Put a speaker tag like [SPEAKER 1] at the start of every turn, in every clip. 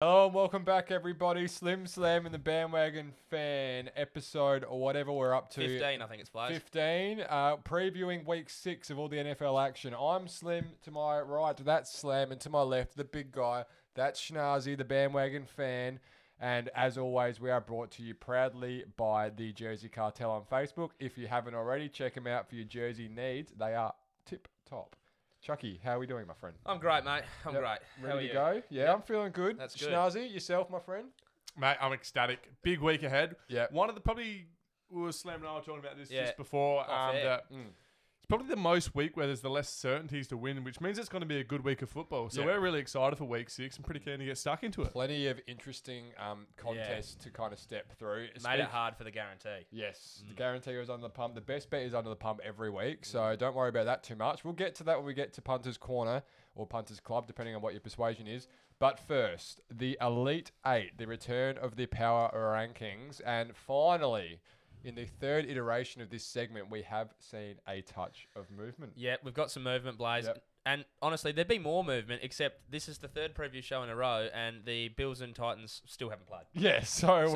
[SPEAKER 1] Hello and Um, welcome back, everybody. Slim Slam and the Bandwagon Fan episode, or whatever we're up to.
[SPEAKER 2] 15, I think it's players.
[SPEAKER 1] 15, uh, previewing week six of all the NFL action. I'm Slim to my right, that's Slam, and to my left, the big guy, that's Schnazzy, the bandwagon fan. And as always, we are brought to you proudly by the Jersey Cartel on Facebook. If you haven't already, check them out for your jersey needs. They are tip top. Chucky, how are we doing, my friend?
[SPEAKER 2] I'm great, mate. I'm
[SPEAKER 1] Yep,
[SPEAKER 2] great. How are
[SPEAKER 1] Ready
[SPEAKER 2] you?
[SPEAKER 1] to go? Yeah, I'm feeling good.
[SPEAKER 2] That's good.
[SPEAKER 1] Schnazzy, yourself, my friend.
[SPEAKER 3] Mate, I'm ecstatic. Big week ahead.
[SPEAKER 1] Yep.
[SPEAKER 3] One of the probably we were Slam and I were talking about this
[SPEAKER 2] Yeah.
[SPEAKER 3] just before.
[SPEAKER 2] Off
[SPEAKER 3] Um,
[SPEAKER 2] air.
[SPEAKER 3] that
[SPEAKER 1] Mm.
[SPEAKER 3] it's probably the most week where there's the less certainties to win, which means it's going to be a good week of football. So
[SPEAKER 1] Yeah.
[SPEAKER 3] we're really excited for week six and pretty keen to get stuck into it.
[SPEAKER 1] Plenty of interesting um, contests to kind of step through.
[SPEAKER 2] Made
[SPEAKER 1] Speak-
[SPEAKER 2] it hard Mm. for the guarantee.
[SPEAKER 1] Yes, the guarantee was under the pump. The best bet is under the pump every week, so
[SPEAKER 2] Mm.
[SPEAKER 1] don't worry about that too much. We'll get to that when we get to Punter's Corner or Punter's Club, depending on what your persuasion is. But first, the Elite Eight, the return of the power rankings, and finally, in the third iteration of this segment, we have seen a touch of movement.
[SPEAKER 2] Yeah, we've got some movement, Blaze.
[SPEAKER 1] Yep.
[SPEAKER 2] And honestly, there'd be more movement, except this is the third preview show in a row, and the Bills and Titans still haven't played.
[SPEAKER 1] Yeah, so,
[SPEAKER 2] So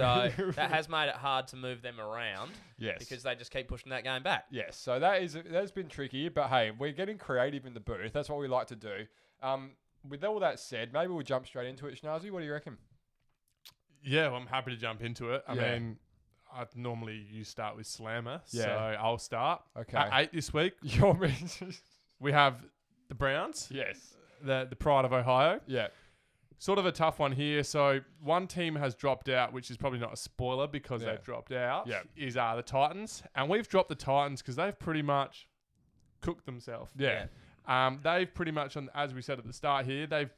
[SPEAKER 2] that has made it hard to move them around
[SPEAKER 1] yes.
[SPEAKER 2] because they just keep pushing that game back.
[SPEAKER 1] Yes, so that is that's been tricky, but hey, we're getting creative in the booth. That's what we like to do. Um, with all that said, maybe we'll jump straight into it. Schnazzy, what do you reckon?
[SPEAKER 3] Yeah, well, I'm happy to jump into it. I
[SPEAKER 1] Yeah.
[SPEAKER 3] mean, i normally you start with Slammer, so
[SPEAKER 1] Yeah.
[SPEAKER 3] I'll start.
[SPEAKER 1] Okay.
[SPEAKER 3] At eight this week,
[SPEAKER 1] Your mentions?
[SPEAKER 3] we have the Browns,
[SPEAKER 1] Yes.
[SPEAKER 3] the, the pride of Ohio.
[SPEAKER 1] Yeah.
[SPEAKER 3] Sort of a tough one here. So one team has dropped out, which is probably not a spoiler because
[SPEAKER 1] Yeah.
[SPEAKER 3] they've dropped out.
[SPEAKER 1] Yeah.
[SPEAKER 3] Is uh, the Titans, and we've dropped the Titans because they've pretty much cooked themselves.
[SPEAKER 1] Yeah.
[SPEAKER 3] Um, they've pretty much, on, as we said at the start here, they've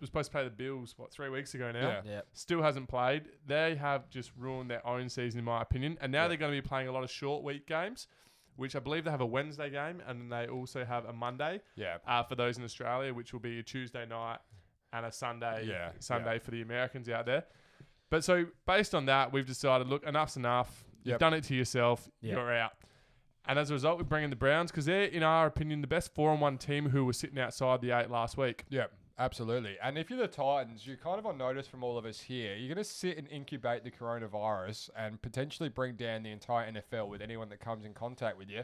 [SPEAKER 3] was supposed to play the Bills what three weeks ago now.
[SPEAKER 1] Yeah.
[SPEAKER 2] Yeah.
[SPEAKER 3] Still hasn't played. They have just ruined their own season, in my opinion. And now
[SPEAKER 1] Yeah.
[SPEAKER 3] they're going to be playing a lot of short week games, which I believe they have a Wednesday game and they also have a Monday
[SPEAKER 1] Yeah.
[SPEAKER 3] uh, for those in Australia, which will be a Tuesday night and a Sunday
[SPEAKER 1] Yeah,
[SPEAKER 3] Sunday for the Americans out there. But so based on that, we've decided, look, enough's enough.
[SPEAKER 1] Yep.
[SPEAKER 3] You've done it to yourself.
[SPEAKER 2] Yeah.
[SPEAKER 3] You're out. And as a result, we bring in the Browns because they're, in our opinion, the best four on one team who were sitting outside the eight last week.
[SPEAKER 1] Yeah. Absolutely. And if you're the Titans, you're kind of on notice from all of us here. You're going to sit and incubate the coronavirus and potentially bring down the entire NFL with anyone that comes in contact with you.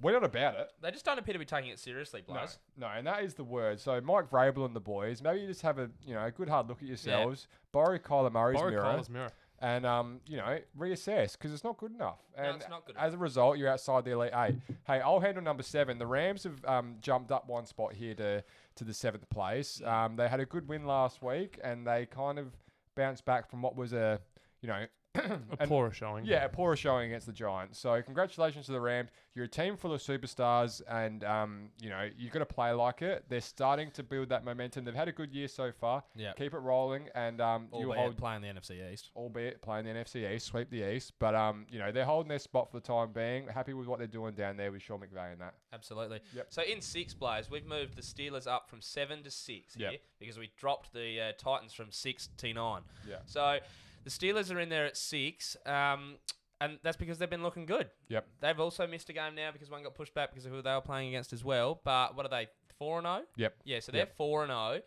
[SPEAKER 1] We're not about it.
[SPEAKER 2] They just don't appear to be taking it seriously, Blaze.
[SPEAKER 1] No, no, and that is the word. So Mike Vrabel and the boys, maybe you just have a you know a good hard look at yourselves, borrow Kyler Murray's
[SPEAKER 3] Borrow
[SPEAKER 1] mirror,
[SPEAKER 3] Kyler's mirror.
[SPEAKER 1] and um you know reassess because it's not good enough. And
[SPEAKER 2] it's not good
[SPEAKER 1] As a result, you're outside the elite eight. hey, I'll handle number seven. The Rams have um, jumped up one spot here to to the seventh place. Um, they had a good win last week, and they kind of bounced back from what was a you know
[SPEAKER 3] A
[SPEAKER 1] And-
[SPEAKER 3] poorer showing.
[SPEAKER 1] yeah, a poorer showing against the Giants. So congratulations to the Rams. You're a team full of superstars, and um, you know you've got to play like it. They're starting to build that momentum. They've had a good year so far.
[SPEAKER 2] Yeah.
[SPEAKER 1] Keep it rolling, and um,
[SPEAKER 2] Albeit
[SPEAKER 1] you'll hold,
[SPEAKER 2] playing the NFC East.
[SPEAKER 1] albeit playing the NFC East, sweep the East. But um, you know they're holding their spot for the time being. Happy with what they're doing down there with Sean McVay and that.
[SPEAKER 2] Absolutely.
[SPEAKER 1] Yep.
[SPEAKER 2] So in six, Blaze, we've moved the Steelers up from seven to six
[SPEAKER 1] Yep.
[SPEAKER 2] here because we dropped the uh, Titans from six to nine.
[SPEAKER 1] Yeah.
[SPEAKER 2] So the Steelers are in there at six, um, and that's because they've been looking good.
[SPEAKER 1] Yep.
[SPEAKER 2] They've also missed a game now because one got pushed back because of who they were playing against as well. But what are they? Four and zero.
[SPEAKER 1] Yep.
[SPEAKER 2] Yeah. So they're
[SPEAKER 1] Yep.
[SPEAKER 2] four and zero.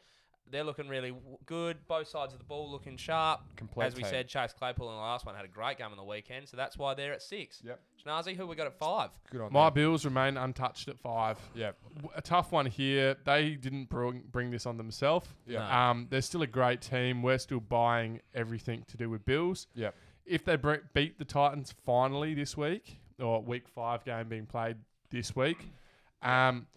[SPEAKER 2] They're looking really w- good. Both sides of the ball looking sharp.
[SPEAKER 1] Complete
[SPEAKER 2] As we
[SPEAKER 1] team.
[SPEAKER 2] said, Chase Claypool in the last one had a great game on the weekend, so that's why they're at six.
[SPEAKER 1] Yep.
[SPEAKER 2] Shnazi, who we got at five?
[SPEAKER 1] Good on
[SPEAKER 3] My
[SPEAKER 1] them.
[SPEAKER 3] Bills remain untouched at five.
[SPEAKER 1] Yep.
[SPEAKER 3] W- A tough one here. They didn't bring, bring this on themselves.
[SPEAKER 1] Yeah.
[SPEAKER 2] No.
[SPEAKER 3] Um, they're still a great team. We're still buying everything to do with Bills.
[SPEAKER 1] Yep.
[SPEAKER 3] If they bre- beat the Titans finally this week, or week five game being played this week, um,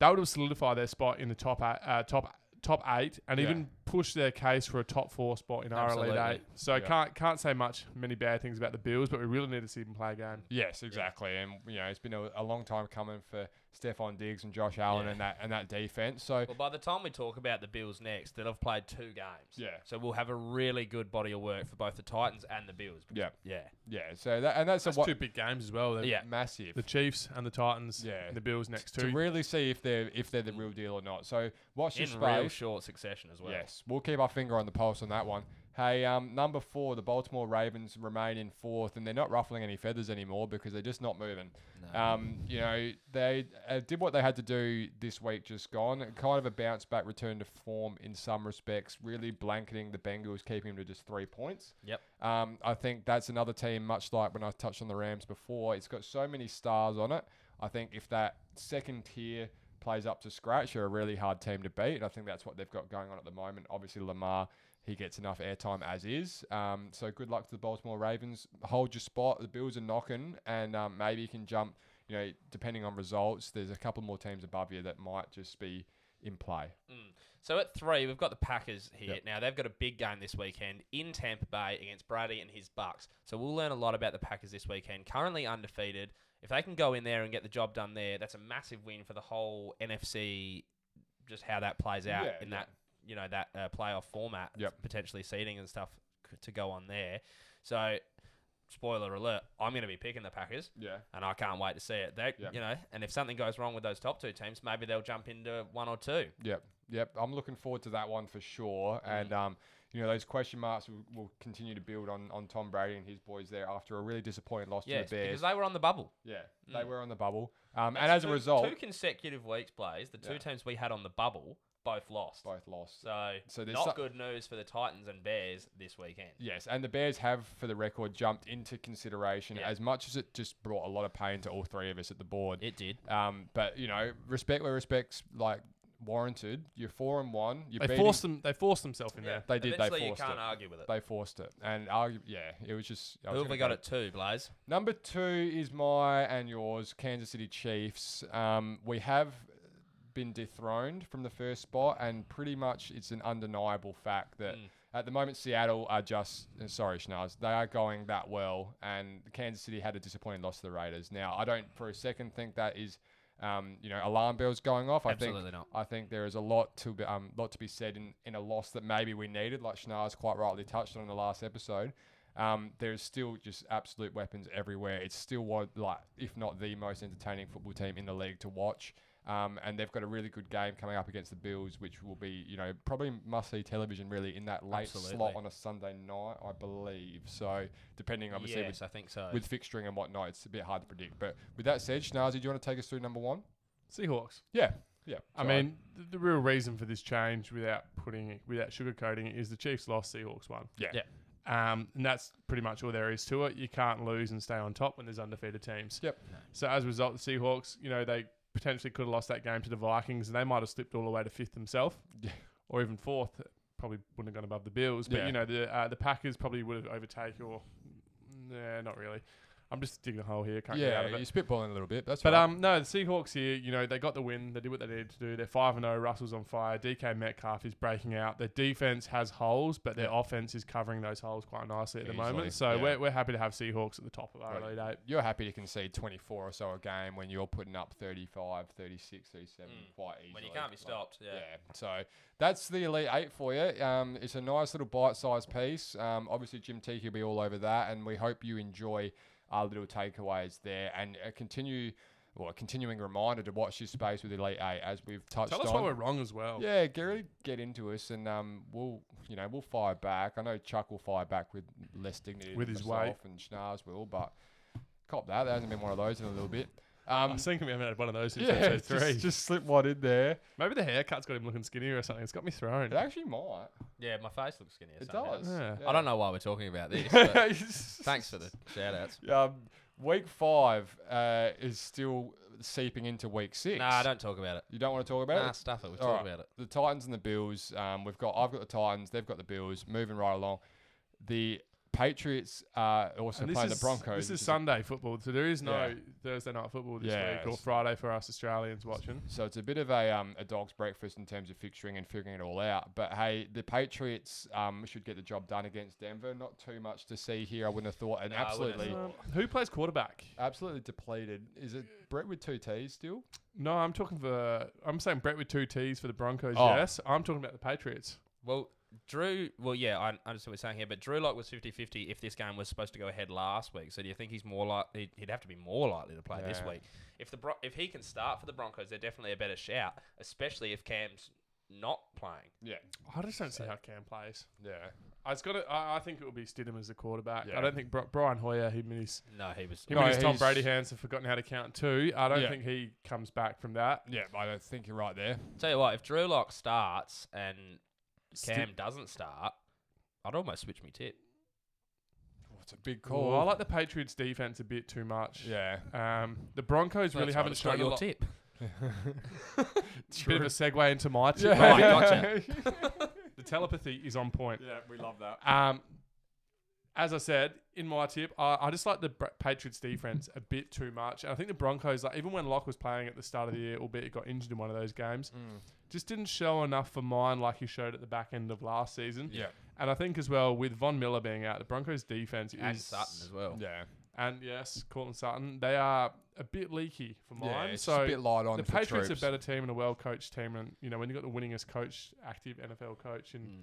[SPEAKER 3] that would have solidified their spot in the top eight, uh, top top eight, and
[SPEAKER 1] Yeah.
[SPEAKER 3] even push their case for a top four spot in our elite
[SPEAKER 2] Absolutely.
[SPEAKER 3] eight. So
[SPEAKER 1] Yeah.
[SPEAKER 3] can't can't say much many bad things about the Bills, but we really need to see them play a game.
[SPEAKER 1] Yes, exactly. And you know it's been a, a long time coming for Stephon Diggs and Josh Allen
[SPEAKER 2] Yeah.
[SPEAKER 1] and that and that defense. So
[SPEAKER 2] Well, by the time we talk about the Bills next, they'll have played two games.
[SPEAKER 1] Yeah.
[SPEAKER 2] So we'll have a really good body of work for both the Titans and the Bills. because-
[SPEAKER 1] yeah,
[SPEAKER 2] Yeah.
[SPEAKER 1] yeah. So that and that's,
[SPEAKER 3] That's
[SPEAKER 1] a what
[SPEAKER 3] two big games as well. The-
[SPEAKER 2] Yeah.
[SPEAKER 1] massive.
[SPEAKER 3] The Chiefs and the Titans.
[SPEAKER 1] Yeah.
[SPEAKER 3] and the Bills next
[SPEAKER 1] to
[SPEAKER 3] two.
[SPEAKER 1] really see if they're if they're the real deal or not. So watch
[SPEAKER 2] Mm. In
[SPEAKER 1] this
[SPEAKER 2] real
[SPEAKER 1] space.
[SPEAKER 2] short succession as well.
[SPEAKER 1] Yes, we'll keep our finger on the pulse on that one. Hey, um, number four, the Baltimore Ravens remain in fourth, and they're not ruffling any feathers anymore because they're just not moving.
[SPEAKER 4] No.
[SPEAKER 1] Um, you know, they uh, did what they had to do this week, just gone. Kind of a bounce back return to form in some respects, really blanketing the Bengals, keeping them to just three points.
[SPEAKER 2] Yep.
[SPEAKER 1] Um, I think that's another team, much like when I touched on the Rams before, it's got so many stars on it. I think if that second tier plays up to scratch, they're a really hard team to beat. And I think that's what they've got going on at the moment. Obviously, Lamar. He gets enough airtime as is. Um, so good luck to the Baltimore Ravens. Hold your spot. The Bills are knocking, and um, maybe you can jump you know, depending on results, there's a couple more teams above you that might just be in play.
[SPEAKER 2] Mm. So at three, we've got the Packers here.
[SPEAKER 1] Yep.
[SPEAKER 2] Now they've got a big game this weekend in Tampa Bay against Brady and his Bucks. So we'll learn a lot about the Packers this weekend. Currently undefeated. If they can go in there and get the job done there, that's a massive win for the whole NFC. Just how that plays out
[SPEAKER 1] Yeah,
[SPEAKER 2] in
[SPEAKER 1] yeah.
[SPEAKER 2] that you know that uh, playoff format,
[SPEAKER 1] Yep.
[SPEAKER 2] potentially seeding and stuff c- to go on there. So spoiler alert, I'm going to be picking the Packers
[SPEAKER 1] Yeah.
[SPEAKER 2] and I can't wait to see it. They,
[SPEAKER 1] Yep.
[SPEAKER 2] you know, and if something goes wrong with those top two teams, maybe they'll jump into one or two.
[SPEAKER 1] Yep. Yep. I'm looking forward to that one for sure.
[SPEAKER 2] Mm.
[SPEAKER 1] And um, you know, those question marks will, will continue to build on, on Tom Brady and his boys there after a really disappointing loss
[SPEAKER 2] Yes,
[SPEAKER 1] to the Bears.
[SPEAKER 2] because they were on the bubble.
[SPEAKER 1] yeah. They
[SPEAKER 2] Mm.
[SPEAKER 1] were on the bubble. Um, and
[SPEAKER 2] That's
[SPEAKER 1] as a
[SPEAKER 2] two-
[SPEAKER 1] result,
[SPEAKER 2] two consecutive weeks plays, the two
[SPEAKER 1] Yeah.
[SPEAKER 2] teams we had on the bubble both lost.
[SPEAKER 1] both lost.
[SPEAKER 2] So,
[SPEAKER 1] So there's
[SPEAKER 2] not
[SPEAKER 1] so-
[SPEAKER 2] good news for the Titans and Bears this weekend.
[SPEAKER 1] Yes, and the Bears have, for the record, jumped into consideration
[SPEAKER 2] Yeah.
[SPEAKER 1] as much as it just brought a lot of pain to all three of us at the board.
[SPEAKER 2] It did.
[SPEAKER 1] Um, but you know, respect where respect's like warranted. You're four and one. You're
[SPEAKER 3] They
[SPEAKER 1] beating-
[SPEAKER 3] forced them. They forced themselves in there.
[SPEAKER 1] They did.
[SPEAKER 2] Eventually,
[SPEAKER 1] they
[SPEAKER 2] you
[SPEAKER 1] forced
[SPEAKER 2] can't
[SPEAKER 1] it.
[SPEAKER 2] argue with it.
[SPEAKER 1] They forced it, and argu- yeah, it was just. I was
[SPEAKER 2] Who have
[SPEAKER 1] gonna
[SPEAKER 2] we got
[SPEAKER 1] go-
[SPEAKER 2] at two, Blaze?
[SPEAKER 1] Number two is my and yours, Kansas City Chiefs. Um, we have been dethroned from the first spot, and pretty much it's an undeniable fact that
[SPEAKER 2] Mm.
[SPEAKER 1] at the moment Seattle are just uh, sorry, Schnaz, they are going that well, and Kansas City had a disappointing loss to the Raiders. Now, I don't for a second think that is. Um, you know, alarm bells going off. I think
[SPEAKER 2] Absolutely not.
[SPEAKER 1] I think there is a lot to be, um, lot to be said in, in a loss that maybe we needed, like Schnars quite rightly touched on in the last episode. Um, there's still just absolute weapons everywhere. It's still one, like if not the most entertaining football team in the league to watch. Um, and they've got a really good game coming up against the Bills, which will be, you know, probably must see television really in that late slot
[SPEAKER 2] Absolutely.
[SPEAKER 1] on a Sunday night, I believe. So depending, obviously,
[SPEAKER 2] yes, I think so.
[SPEAKER 1] with, with fixturing and whatnot, it's a bit hard to predict. But with that said, Schnarzi, do you want to take us through number one?
[SPEAKER 3] Seahawks.
[SPEAKER 1] Yeah, yeah.
[SPEAKER 3] I
[SPEAKER 1] sorry.
[SPEAKER 3] mean, the, the real reason for this change, without putting it, without sugarcoating it, is the Chiefs lost, Seahawks won.
[SPEAKER 1] Yeah.
[SPEAKER 2] Yeah.
[SPEAKER 3] Um, and that's pretty much all there is to it. You can't lose and stay on top when there's undefeated teams.
[SPEAKER 1] Yep.
[SPEAKER 3] So as a result, the Seahawks, you know, they potentially could have lost that game to the Vikings, and they might have slipped all the way to fifth themselves,
[SPEAKER 1] Yeah.
[SPEAKER 3] or even fourth. Probably wouldn't have gone above the Bills, but
[SPEAKER 1] Yeah.
[SPEAKER 3] you know, the uh, the Packers probably would have overtaken, or nah, not really. I'm just digging a hole here. Can't get out
[SPEAKER 1] yeah,
[SPEAKER 3] of it.
[SPEAKER 1] you're spitballing a little bit. That's
[SPEAKER 3] But
[SPEAKER 1] right.
[SPEAKER 3] um, no, the Seahawks here, you know, they got the win. They did what they needed to do. They're five and zero. Russell's on fire. DK Metcalf is breaking out. Their defense has holes, but their offense is covering those holes quite nicely at the
[SPEAKER 1] Easily,
[SPEAKER 3] moment. So
[SPEAKER 1] yeah.
[SPEAKER 3] we're, we're happy to have Seahawks at the top of our
[SPEAKER 1] Right.
[SPEAKER 3] elite eight.
[SPEAKER 1] you're happy to concede 24 or so a game when you're putting up 35, 36, 37
[SPEAKER 2] Mm.
[SPEAKER 1] quite easily.
[SPEAKER 2] when you can't be
[SPEAKER 1] Like,
[SPEAKER 2] stopped. Yeah.
[SPEAKER 1] yeah. So that's the Elite Eight for you. Um, it's a nice little bite sized piece. Um, obviously, Jim Teague will be all over that, and we hope you enjoy our little takeaways there and uh, continue. Well, a continuing reminder to watch this space with Elite Eight as we've touched
[SPEAKER 3] Tell
[SPEAKER 1] on.
[SPEAKER 3] us why we're wrong as well.
[SPEAKER 1] Yeah, Gary, get into us, and um, we'll you know we'll fire back. I know Chuck will fire back with less dignity
[SPEAKER 3] With
[SPEAKER 1] than
[SPEAKER 3] his
[SPEAKER 1] myself and Schnars will, but cop that. There hasn't been one of those in a little bit.
[SPEAKER 3] I
[SPEAKER 1] Um,
[SPEAKER 3] was thinking we haven't had one of those since
[SPEAKER 1] yeah,
[SPEAKER 3] episode
[SPEAKER 1] just,
[SPEAKER 3] three.
[SPEAKER 1] just slip one in there.
[SPEAKER 3] Maybe the haircut's got him looking skinnier or something. It's got me thrown.
[SPEAKER 1] It actually might.
[SPEAKER 2] Yeah, my face looks skinny.
[SPEAKER 1] It
[SPEAKER 2] somehow.
[SPEAKER 1] does.
[SPEAKER 3] Yeah.
[SPEAKER 2] I don't know why we're talking about this. But thanks for the shout outs.
[SPEAKER 1] Um, week five uh, is still seeping into week six.
[SPEAKER 2] Nah, don't talk about it.
[SPEAKER 1] You don't want to talk about
[SPEAKER 2] Nah,
[SPEAKER 1] it.
[SPEAKER 2] stuff it. We'll
[SPEAKER 1] All
[SPEAKER 2] talk
[SPEAKER 1] right.
[SPEAKER 2] about it.
[SPEAKER 1] The Titans and the Bills. Um, we've got. I've got the Titans. They've got the Bills. Moving right along. The Patriots are also
[SPEAKER 3] And this
[SPEAKER 1] playing
[SPEAKER 3] is,
[SPEAKER 1] the Broncos.
[SPEAKER 3] This
[SPEAKER 1] which
[SPEAKER 3] is
[SPEAKER 1] a-
[SPEAKER 3] Sunday football, so there is no
[SPEAKER 1] Yeah.
[SPEAKER 3] Thursday night football this
[SPEAKER 1] Yeah,
[SPEAKER 3] week or
[SPEAKER 1] it's-
[SPEAKER 3] Friday for us Australians watching.
[SPEAKER 1] So it's a bit of a um, a dog's breakfast in terms of fixturing and figuring it all out. But hey, the Patriots um, should get the job done against Denver. Not too much to see here, I wouldn't have thought. And
[SPEAKER 2] No, I wouldn't have
[SPEAKER 1] absolutely,
[SPEAKER 2] thought.
[SPEAKER 3] Um, who plays quarterback?
[SPEAKER 1] absolutely depleted. Is it Brett with two T's still?
[SPEAKER 3] No, I'm talking for. I'm saying Brett with two T's for the Broncos.
[SPEAKER 1] Oh.
[SPEAKER 3] Yes, I'm talking about the Patriots.
[SPEAKER 2] Well, Drew, well, yeah, I I understand what you're saying here, but Drew Lock was 50 50 if this game was supposed to go ahead last week. So do you think he's more likely, he'd have to be more likely to play this
[SPEAKER 1] Yeah.
[SPEAKER 2] week? If the Bro- if he can start for the Broncos, they're definitely a better shout, especially if Cam's not playing.
[SPEAKER 1] Yeah.
[SPEAKER 3] I just don't see how Cam plays.
[SPEAKER 1] Yeah.
[SPEAKER 3] I just got to, I, I think it would be Stidham as the quarterback.
[SPEAKER 1] Yeah.
[SPEAKER 3] I don't think Bri- Brian Hoyer, him and his,
[SPEAKER 2] No, he was.
[SPEAKER 3] him
[SPEAKER 1] No,
[SPEAKER 3] and his Tom
[SPEAKER 1] he's-
[SPEAKER 3] Brady hands have forgotten how to count too. I don't
[SPEAKER 1] Yeah.
[SPEAKER 3] think he comes back from that.
[SPEAKER 1] Yeah, I don't think you're right there.
[SPEAKER 2] Tell you what, if Drew Lock starts and
[SPEAKER 3] Sti-
[SPEAKER 2] Cam doesn't start, I'd almost switch my tip.
[SPEAKER 1] Oh, it's a big
[SPEAKER 3] Cool.
[SPEAKER 1] call.
[SPEAKER 3] I like the Patriots defense a bit too much.
[SPEAKER 1] Yeah.
[SPEAKER 3] Um, the Broncos really
[SPEAKER 2] That's right,
[SPEAKER 3] haven't
[SPEAKER 2] it's not
[SPEAKER 3] shown a
[SPEAKER 2] your
[SPEAKER 3] lot.
[SPEAKER 2] tip.
[SPEAKER 3] Bit of a segue into my tip.
[SPEAKER 2] Yeah.
[SPEAKER 3] mate.
[SPEAKER 2] Oh, gotcha.
[SPEAKER 3] the telepathy is on point.
[SPEAKER 1] yeah, we love that.
[SPEAKER 3] Um, as I said in my tip, I, I just like the Br- Patriots defense a bit too much, and I think the Broncos, like even when Locke was playing at the start of the year, albeit he got injured in one of those games,
[SPEAKER 2] Mm.
[SPEAKER 3] just didn't show enough for mine like he showed at the back end of last season.
[SPEAKER 1] Yeah.
[SPEAKER 3] And I think as well with Von Miller being out, the Broncos defense
[SPEAKER 2] And
[SPEAKER 3] is
[SPEAKER 2] Sutton as well.
[SPEAKER 1] Yeah.
[SPEAKER 3] and yes, Cortland Sutton, they are a bit leaky for
[SPEAKER 1] Yeah,
[SPEAKER 3] mine.
[SPEAKER 1] it's just
[SPEAKER 3] so
[SPEAKER 1] a bit light on
[SPEAKER 3] the
[SPEAKER 1] for
[SPEAKER 3] Patriots are a
[SPEAKER 1] troops.
[SPEAKER 3] better team and a well coached team, and you know when you have got the winningest coach, active NFL coach in,
[SPEAKER 2] Mm.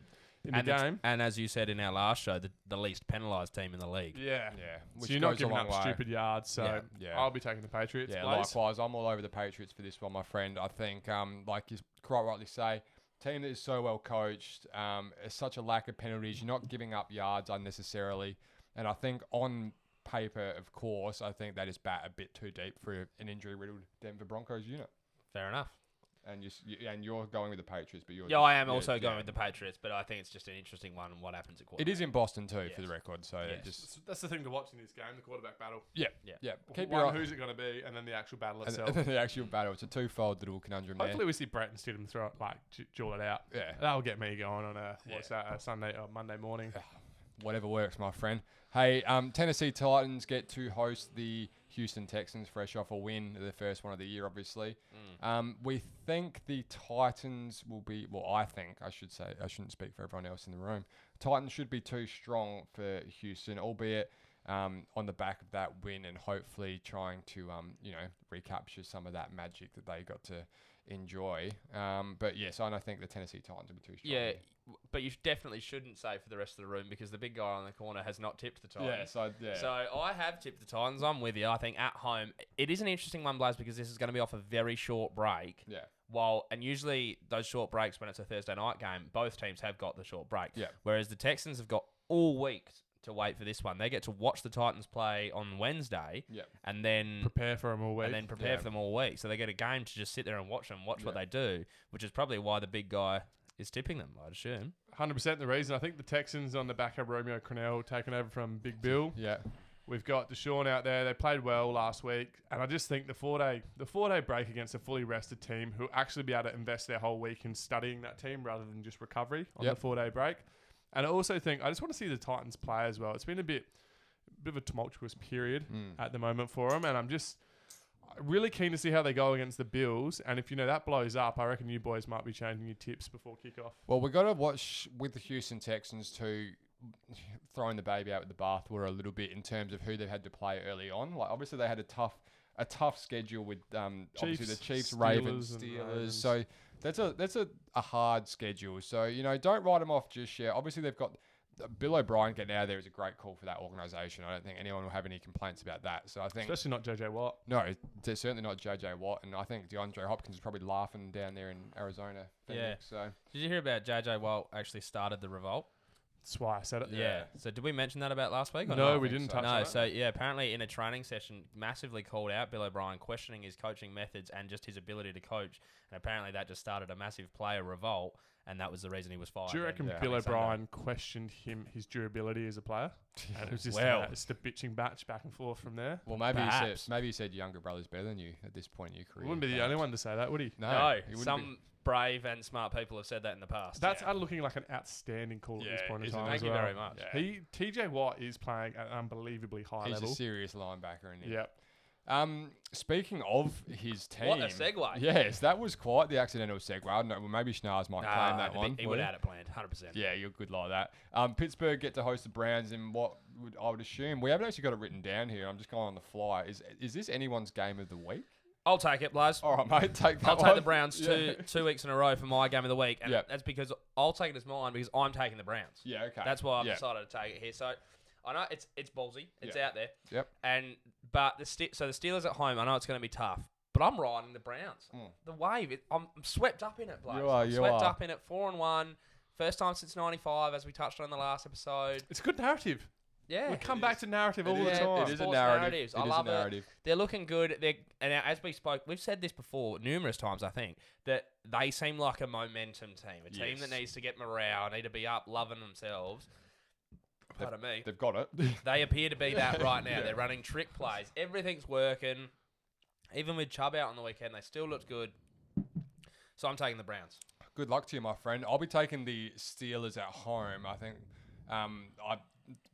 [SPEAKER 3] in
[SPEAKER 2] And,
[SPEAKER 3] the
[SPEAKER 2] it's-
[SPEAKER 3] game.
[SPEAKER 2] and as you said in our last show, the, the least penalised team in the league.
[SPEAKER 3] Yeah.
[SPEAKER 1] Yeah.
[SPEAKER 3] so you're not
[SPEAKER 1] goes a
[SPEAKER 3] giving
[SPEAKER 1] long
[SPEAKER 3] up
[SPEAKER 1] way.
[SPEAKER 3] stupid uh, yards, so
[SPEAKER 2] Yeah,
[SPEAKER 1] yeah.
[SPEAKER 3] I'll be taking the Patriots.
[SPEAKER 1] Yeah,
[SPEAKER 3] Blaze.
[SPEAKER 1] likewise. I'm all over the Patriots for this one, my friend. I think, um, like you quite rightly say, team that is so well coached, um, is such a lack of penalties. You're not giving up yards unnecessarily, and I think on paper, of course, I think that is bat a bit too deep for an injury-riddled Denver Broncos unit.
[SPEAKER 2] Fair enough.
[SPEAKER 1] And you, s- you and you're going with the Patriots, but you're
[SPEAKER 2] Yeah,
[SPEAKER 1] just-
[SPEAKER 2] I am
[SPEAKER 1] yeah,
[SPEAKER 2] also going
[SPEAKER 1] yeah.
[SPEAKER 2] with the Patriots, but I think it's just an interesting one and what happens at
[SPEAKER 1] It
[SPEAKER 2] quarterback.
[SPEAKER 1] is in Boston too, for the
[SPEAKER 2] Yes.
[SPEAKER 1] record. So it
[SPEAKER 2] Yes.
[SPEAKER 1] just
[SPEAKER 3] That's the thing to watch in this game, the quarterback battle.
[SPEAKER 1] yeah,
[SPEAKER 2] Yeah.
[SPEAKER 1] yeah. Keep
[SPEAKER 3] One,
[SPEAKER 1] your eye.
[SPEAKER 3] who's it going to be, and then the actual battle
[SPEAKER 1] And,
[SPEAKER 3] itself.
[SPEAKER 1] and the actual battle. It's a two-fold little conundrum there.
[SPEAKER 3] Hopefully, we see Brett and Stidham throw it like j- jaw it out.
[SPEAKER 1] Yeah.
[SPEAKER 3] That'll get me going on a what's that a Sunday or Monday morning.
[SPEAKER 1] whatever works, my friend. Hey, um, Tennessee Titans get to host the Houston Texans, fresh off a win, the first one of the year, obviously. Um, we think the Titans will be. Well, I think I should say I shouldn't speak for everyone else in the room. Titans should be too strong for Houston, albeit. Um, on the back of that win, and hopefully trying to um, you know recapture some of that magic that they got to enjoy. Um, but yes, I don't think the Tennessee Titans will be too strong.
[SPEAKER 2] Yeah, w- but you sh- definitely shouldn't say for the rest of the room because the big guy on the corner has not tipped the Titans.
[SPEAKER 1] yeah. So yeah,
[SPEAKER 2] So I have tipped the Titans. I'm with you. I think at home it is an interesting one, Blaze, because this is going to be off a very short break.
[SPEAKER 1] yeah,
[SPEAKER 2] While and usually those short breaks when it's a Thursday night game, both teams have got the short break.
[SPEAKER 1] Yeah.
[SPEAKER 2] Whereas the Texans have got all week to wait for this one. They get to watch the Titans play on Wednesday,
[SPEAKER 1] yeah.
[SPEAKER 2] and then
[SPEAKER 3] Prepare for them all week.
[SPEAKER 2] and then prepare
[SPEAKER 1] Yeah.
[SPEAKER 2] for them all week. So they get a game to just sit there and watch them, watch what
[SPEAKER 1] Yeah.
[SPEAKER 2] they do, which is probably why the big guy is tipping them. I'd assume.
[SPEAKER 3] Hundred percent the reason. I think the Texans on the back of Romeo Crennel taking over from Big Bill.
[SPEAKER 1] Yeah.
[SPEAKER 3] We've got Deshaun out there. They played well last week, and I just think the four day the four day break against a fully rested team who actually be able to invest their whole week in studying that team rather than just recovery on
[SPEAKER 1] Yep.
[SPEAKER 3] the four day break. And I also think I just want to see the Titans play as well. It's been a bit bit of a tumultuous period
[SPEAKER 1] Mm.
[SPEAKER 3] at the moment for them, and I'm just really keen to see how they go against the Bills. And if you know that blows up, I reckon you boys might be changing your tips before kickoff.
[SPEAKER 1] Well, we got to watch with the Houston Texans too, throwing the baby out with the bathwater a little bit in terms of who they've had to play early on. Like obviously they had a tough a tough schedule with um, obviously the
[SPEAKER 3] Chiefs,
[SPEAKER 1] Chiefs,
[SPEAKER 3] Steelers
[SPEAKER 1] Ravens,
[SPEAKER 3] and
[SPEAKER 1] Steelers.
[SPEAKER 3] Ravens.
[SPEAKER 1] So that's a that's a, a hard schedule. So you know don't write them off just yet. Obviously they've got. Bill O'Brien getting out of there is a great call for that organisation. I don't think anyone will have any complaints about that. So I think
[SPEAKER 3] Especially not JJ Watt.
[SPEAKER 1] no, they're certainly not JJ Watt, and I think DeAndre Hopkins is probably laughing down there in Arizona. Phoenix, So
[SPEAKER 2] Did you hear about JJ Watt actually started the revolt?
[SPEAKER 3] That's why I said it.
[SPEAKER 2] Yeah. So did we mention that about last week? Or
[SPEAKER 3] No,
[SPEAKER 2] not?
[SPEAKER 3] we
[SPEAKER 1] think
[SPEAKER 3] didn't
[SPEAKER 1] so.
[SPEAKER 3] touch on
[SPEAKER 2] No,
[SPEAKER 3] it.
[SPEAKER 2] so yeah, apparently in a training session, massively called out Bill O'Brien, questioning his coaching methods and just his ability to coach. And apparently that just started a massive player revolt, and that was the reason he was fired. uh,
[SPEAKER 3] Do you
[SPEAKER 2] then.
[SPEAKER 3] reckon
[SPEAKER 1] Yeah.
[SPEAKER 3] Bill
[SPEAKER 2] Sunday.
[SPEAKER 3] O'Brien questioned him his durability as a player? And it was just
[SPEAKER 2] Well.
[SPEAKER 3] uh, just a bitching batch back and forth from there.
[SPEAKER 1] Well, maybe you said
[SPEAKER 2] Perhaps.
[SPEAKER 1] maybe you said your younger brother's better than you at this point in your career.
[SPEAKER 3] Wouldn't be the
[SPEAKER 1] perhaps.
[SPEAKER 3] only one to say that, would he?
[SPEAKER 1] No,
[SPEAKER 2] No,
[SPEAKER 1] he wouldn't be.
[SPEAKER 2] some brave and smart people have said that in the past.
[SPEAKER 3] That's
[SPEAKER 2] Yeah.
[SPEAKER 3] uh, looking like an outstanding call at this
[SPEAKER 1] Yeah,
[SPEAKER 3] point in
[SPEAKER 1] isn't
[SPEAKER 3] time.
[SPEAKER 1] it?
[SPEAKER 2] Thank
[SPEAKER 3] as
[SPEAKER 2] you
[SPEAKER 3] well.
[SPEAKER 2] very much.
[SPEAKER 1] Yeah.
[SPEAKER 3] He TJ Watt is playing at an unbelievably high
[SPEAKER 1] He's a
[SPEAKER 3] level.
[SPEAKER 1] serious linebacker, isn't he?
[SPEAKER 3] Yep.
[SPEAKER 1] Um, speaking of his team,
[SPEAKER 2] What a segue.
[SPEAKER 1] Yes, that was quite the accidental segue. I don't know. Well, maybe Schnars might claim
[SPEAKER 2] Nah,
[SPEAKER 1] that
[SPEAKER 2] he-
[SPEAKER 1] one.
[SPEAKER 2] He would have had Uh, it planned, 100%.
[SPEAKER 1] Yeah, you're good like that. Um, Pittsburgh get to host the Browns in what would I would assume we haven't actually got it written down here. I'm just going on the fly. Is is this anyone's game of the week?
[SPEAKER 2] I'll take it, Blaze.
[SPEAKER 1] All right, mate, take that.
[SPEAKER 2] I'll take
[SPEAKER 1] one.
[SPEAKER 2] the Browns
[SPEAKER 1] Yeah.
[SPEAKER 2] two two weeks in a row for my game of the week, and
[SPEAKER 1] Yeah.
[SPEAKER 2] that's because I'll take it as mine because I'm taking the Browns.
[SPEAKER 1] Yeah, okay.
[SPEAKER 2] That's why I've
[SPEAKER 1] yeah.
[SPEAKER 2] decided to take it here. So I know it's it's ballsy, it's
[SPEAKER 1] Yeah.
[SPEAKER 2] out there,
[SPEAKER 1] Yep.
[SPEAKER 2] and but the Ste so the Steelers at home, I know it's going to be tough, But I'm riding the Browns.
[SPEAKER 1] Mm.
[SPEAKER 2] The wave. It, I'm, I'm swept up in it, blokes.
[SPEAKER 1] You are,
[SPEAKER 2] I'm
[SPEAKER 1] you
[SPEAKER 2] swept
[SPEAKER 1] are.
[SPEAKER 2] up in it. Four and one. First time since '95, as we touched on in the last episode.
[SPEAKER 3] It's a good narrative.
[SPEAKER 2] Yeah.
[SPEAKER 3] we come
[SPEAKER 1] It
[SPEAKER 3] back
[SPEAKER 1] is.
[SPEAKER 3] to narrative
[SPEAKER 1] It
[SPEAKER 3] all the
[SPEAKER 1] is-
[SPEAKER 3] time.
[SPEAKER 1] It is a
[SPEAKER 2] Sports
[SPEAKER 1] narrative. It
[SPEAKER 2] narratives.
[SPEAKER 1] is
[SPEAKER 2] I
[SPEAKER 1] a
[SPEAKER 2] love it.
[SPEAKER 1] narrative.
[SPEAKER 2] They're looking good. They're and as we spoke, we've said this before numerous times. I think that they seem like a momentum team, a team
[SPEAKER 1] Yes.
[SPEAKER 2] that needs to get morale, need to be up, loving themselves. Pardon me.
[SPEAKER 1] They've got it.
[SPEAKER 2] They appear to be that right now.
[SPEAKER 1] Yeah.
[SPEAKER 2] They're running trick plays. Everything's working. Even with Chubb out on the weekend, they still looked good. So I'm taking the Browns.
[SPEAKER 1] Good luck to you, my friend. I'll be taking the Steelers at home. I think um, I'm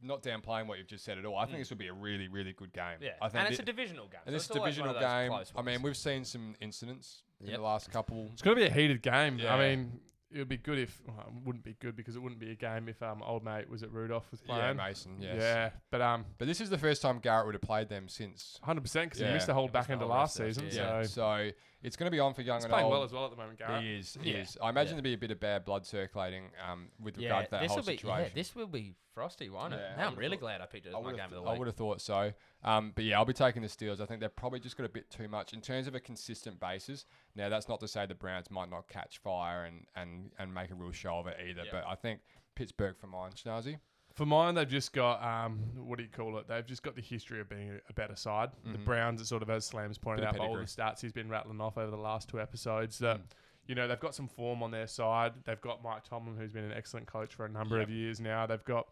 [SPEAKER 1] not downplaying what you've just said at all. I think this would be a really, really good game.
[SPEAKER 2] Mm. Yeah,
[SPEAKER 1] I think
[SPEAKER 2] and it's
[SPEAKER 1] thi-
[SPEAKER 2] a divisional game.
[SPEAKER 1] and
[SPEAKER 2] so
[SPEAKER 1] this
[SPEAKER 2] it's always one
[SPEAKER 1] divisional
[SPEAKER 2] of those
[SPEAKER 1] game.
[SPEAKER 2] close
[SPEAKER 1] I mean,
[SPEAKER 2] ones.
[SPEAKER 1] we've seen some incidents in
[SPEAKER 2] Yep.
[SPEAKER 1] the last couple.
[SPEAKER 3] It's going to be a heated game.
[SPEAKER 1] Yeah.
[SPEAKER 3] I mean, it would be good if well, it wouldn't be good because it wouldn't be a game if um old mate was at Rudolph was
[SPEAKER 1] Yeah,
[SPEAKER 3] playing.
[SPEAKER 1] Mason. Yes.
[SPEAKER 3] Yeah, but um,
[SPEAKER 1] But this is the first time Garrett would have played them since.
[SPEAKER 3] hundred percent because
[SPEAKER 1] Yeah.
[SPEAKER 3] he missed the whole
[SPEAKER 2] He missed
[SPEAKER 3] back
[SPEAKER 2] the
[SPEAKER 3] end of
[SPEAKER 2] whole
[SPEAKER 3] last
[SPEAKER 2] rest of it,
[SPEAKER 3] season.
[SPEAKER 1] Yeah.
[SPEAKER 3] So
[SPEAKER 1] So it's going to be on for young
[SPEAKER 3] he's
[SPEAKER 1] and
[SPEAKER 3] playing
[SPEAKER 1] old.
[SPEAKER 3] well as well at the moment, Garrett.
[SPEAKER 1] He is. He
[SPEAKER 2] Yeah.
[SPEAKER 1] is. I imagine there'd be a bit of bad blood circulating um, with regard to that
[SPEAKER 2] this
[SPEAKER 1] whole
[SPEAKER 2] will be,
[SPEAKER 1] situation.
[SPEAKER 2] Yeah, this will be frosty, won't it?
[SPEAKER 1] Yeah, I
[SPEAKER 2] now I'm
[SPEAKER 1] would've
[SPEAKER 2] really
[SPEAKER 1] thought-
[SPEAKER 2] glad I picked it as
[SPEAKER 1] I
[SPEAKER 2] my
[SPEAKER 1] would,
[SPEAKER 2] game
[SPEAKER 1] have,
[SPEAKER 2] of the
[SPEAKER 1] I
[SPEAKER 2] week.
[SPEAKER 1] would have thought so. Um, but yeah, I'll be taking the Steelers. I think they're probably just got a bit too much in terms of a consistent basis. Now, that's not to say the Browns might not catch fire and, and, and make a real show of it either.
[SPEAKER 2] Yeah.
[SPEAKER 1] But I think Pittsburgh for mine, Schnazzy.
[SPEAKER 3] For mine, they've just got um, what do you call it? They've just got the history of being a, a better side. The
[SPEAKER 1] Mhm.
[SPEAKER 3] Browns, it's sort of as Slam's pointed
[SPEAKER 1] Bit of
[SPEAKER 3] out, by all the stats he's been rattling off over the last two episodes that.
[SPEAKER 1] Mm.
[SPEAKER 3] You know, they've got some form on their side. They've got Mike Tomlin, who's been an excellent coach for a number of years now. They've got